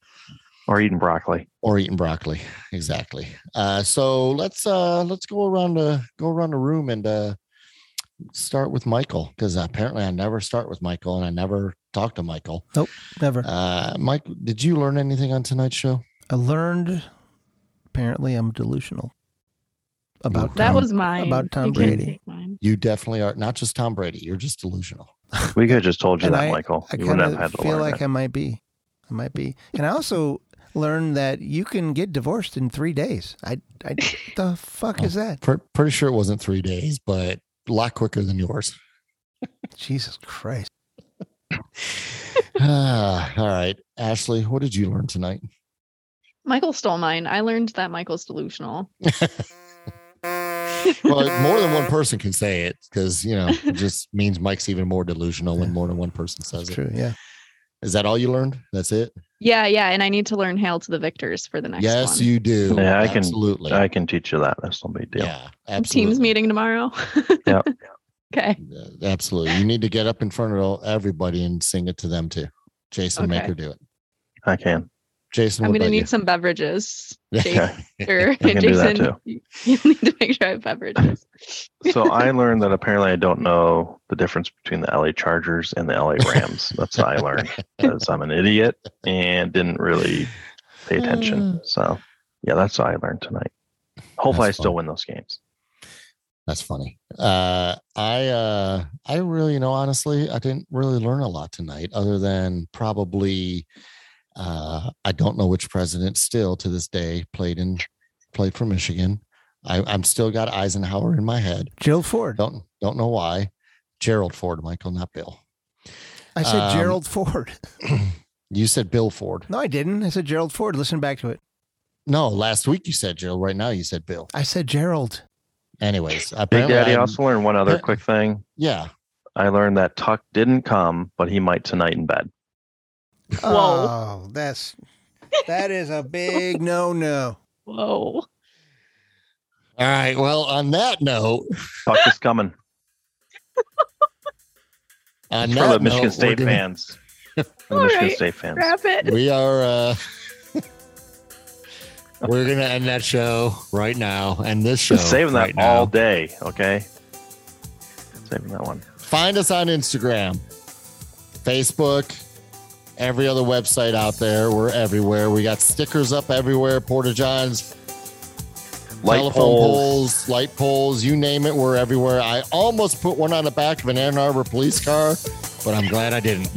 [SPEAKER 3] or eating broccoli.
[SPEAKER 1] Or eating broccoli. Exactly. Uh so let's uh let's go around the go around the room and uh start with Michael because apparently I never start with Michael and I never talk to Michael.
[SPEAKER 2] Never.
[SPEAKER 1] Uh, Mike, did you learn anything on tonight's show?
[SPEAKER 2] I learned. Apparently, I'm delusional about
[SPEAKER 4] that
[SPEAKER 2] Tom.
[SPEAKER 4] was mine.
[SPEAKER 2] about Tom
[SPEAKER 4] You can't
[SPEAKER 2] Brady.
[SPEAKER 4] take mine.
[SPEAKER 1] You definitely are not just Tom Brady. You're just delusional.
[SPEAKER 3] We could have just told you
[SPEAKER 2] And
[SPEAKER 3] that,
[SPEAKER 2] I-
[SPEAKER 3] Michael.
[SPEAKER 2] I
[SPEAKER 3] you wouldn't
[SPEAKER 2] kind
[SPEAKER 3] have had
[SPEAKER 2] of
[SPEAKER 3] to
[SPEAKER 2] feel
[SPEAKER 3] learn
[SPEAKER 2] like
[SPEAKER 3] it.
[SPEAKER 2] I might be. I might be. And I also learned that you can get divorced in three days. I, I the fuck is that?
[SPEAKER 1] Pre- pretty sure it wasn't three days, but a lot quicker than yours.
[SPEAKER 2] Jesus Christ.
[SPEAKER 1] Ah, all right, Ashley, what did you learn tonight?
[SPEAKER 4] Michael stole mine. I learned that Michael's delusional.
[SPEAKER 1] Well, more than one person can say it because you know it just means Mike's even more delusional when more than one person
[SPEAKER 2] That's
[SPEAKER 1] says it.
[SPEAKER 2] true. Yeah.
[SPEAKER 1] Is that all you learned? That's it.
[SPEAKER 4] Yeah, yeah. And I need to learn Hail to the Victors for the next
[SPEAKER 1] yes,
[SPEAKER 4] one.
[SPEAKER 1] you do.
[SPEAKER 3] Yeah, I can-
[SPEAKER 1] absolutely.
[SPEAKER 3] I can teach you that. That's no big deal.
[SPEAKER 1] yeah, absolutely.
[SPEAKER 4] Teams meeting tomorrow.
[SPEAKER 3] Yep.
[SPEAKER 4] Okay.
[SPEAKER 1] Uh, Absolutely. You need to get up in front of all- everybody and sing it to them too. Jason, make
[SPEAKER 4] Okay.
[SPEAKER 1] her do it.
[SPEAKER 3] I can.
[SPEAKER 1] Jason,
[SPEAKER 4] I'm
[SPEAKER 1] what
[SPEAKER 4] going to
[SPEAKER 1] about
[SPEAKER 4] need
[SPEAKER 1] you?
[SPEAKER 4] some beverages. Jake,
[SPEAKER 3] Okay.
[SPEAKER 4] or
[SPEAKER 3] can do that
[SPEAKER 4] Jason, you you need to make sure I have beverages.
[SPEAKER 3] so I learned that apparently I don't know the difference between the LA Chargers and the LA Rams. That's what I learned because I'm an idiot and didn't really pay attention. So yeah, that's what I learned tonight. Hopefully,
[SPEAKER 1] That's
[SPEAKER 3] I still
[SPEAKER 1] fun.
[SPEAKER 3] win those games.
[SPEAKER 1] That's funny. Uh, I uh, I really, you know, honestly, I didn't really learn a lot tonight, other than probably uh, I don't know which president still to this day played in played for Michigan. I, I'm still got Eisenhower in my head.
[SPEAKER 2] Gerald Ford.
[SPEAKER 1] Don't don't know why. Gerald Ford, Michael, not Bill.
[SPEAKER 2] I said
[SPEAKER 1] um,
[SPEAKER 2] Gerald Ford.
[SPEAKER 1] You said Bill Ford.
[SPEAKER 2] No, I didn't. I said Gerald Ford. Listen back to it.
[SPEAKER 1] No, last week you said Gerald. Right now you said Bill.
[SPEAKER 2] I said Gerald.
[SPEAKER 1] Anyways,
[SPEAKER 3] Big
[SPEAKER 1] apparently
[SPEAKER 3] Daddy
[SPEAKER 1] I'm-
[SPEAKER 3] also learned one other
[SPEAKER 1] Apparently-
[SPEAKER 3] quick thing.
[SPEAKER 1] Yeah,
[SPEAKER 3] I learned that Tuck didn't come, but he might tonight in bed.
[SPEAKER 4] Whoa.
[SPEAKER 2] Oh, that's that is a big no no.
[SPEAKER 4] Whoa.
[SPEAKER 1] All right. Well, on that note,
[SPEAKER 3] Tuck is coming
[SPEAKER 1] on
[SPEAKER 3] for
[SPEAKER 1] that
[SPEAKER 3] the Michigan
[SPEAKER 1] note,
[SPEAKER 3] State
[SPEAKER 1] we're gonna-
[SPEAKER 3] fans. For the
[SPEAKER 4] All
[SPEAKER 3] Michigan
[SPEAKER 4] right.
[SPEAKER 3] State fans.
[SPEAKER 4] Wrap it.
[SPEAKER 1] We are. uh We're gonna end that show right now, and this show.
[SPEAKER 3] Saving that
[SPEAKER 1] right now.
[SPEAKER 3] all day, okay? Saving that one.
[SPEAKER 1] Find us on Instagram, Facebook, every other website out there. We're everywhere. We got stickers up everywhere. Porta johns,
[SPEAKER 3] Light
[SPEAKER 1] telephone
[SPEAKER 3] poles.
[SPEAKER 1] poles, light poles, you name it, we're everywhere. I almost put one on the back of an Ann Arbor police car, but I'm glad I didn't.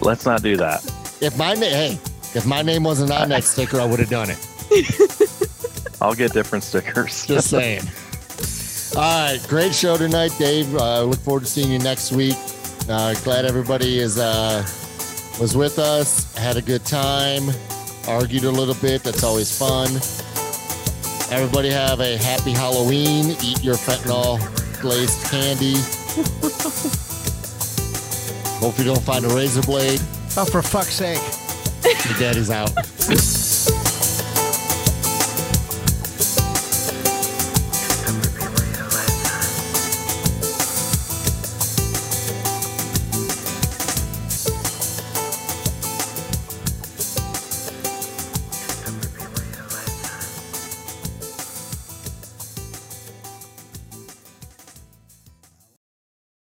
[SPEAKER 3] Let's not do that.
[SPEAKER 1] If my name, hey, if my name wasn't on that sticker, I would have done it.
[SPEAKER 3] I'll get different stickers.
[SPEAKER 1] Just saying. All right, great show tonight, Dave. Uh, look forward to seeing you next week. Uh, glad everybody is uh, was with us, had a good time, argued a little bit. That's always fun. Everybody have a happy Halloween. Eat your fentanyl glazed candy. Hope you don't find a razor blade.
[SPEAKER 2] Oh, for fuck's sake.
[SPEAKER 1] Your daddy's out.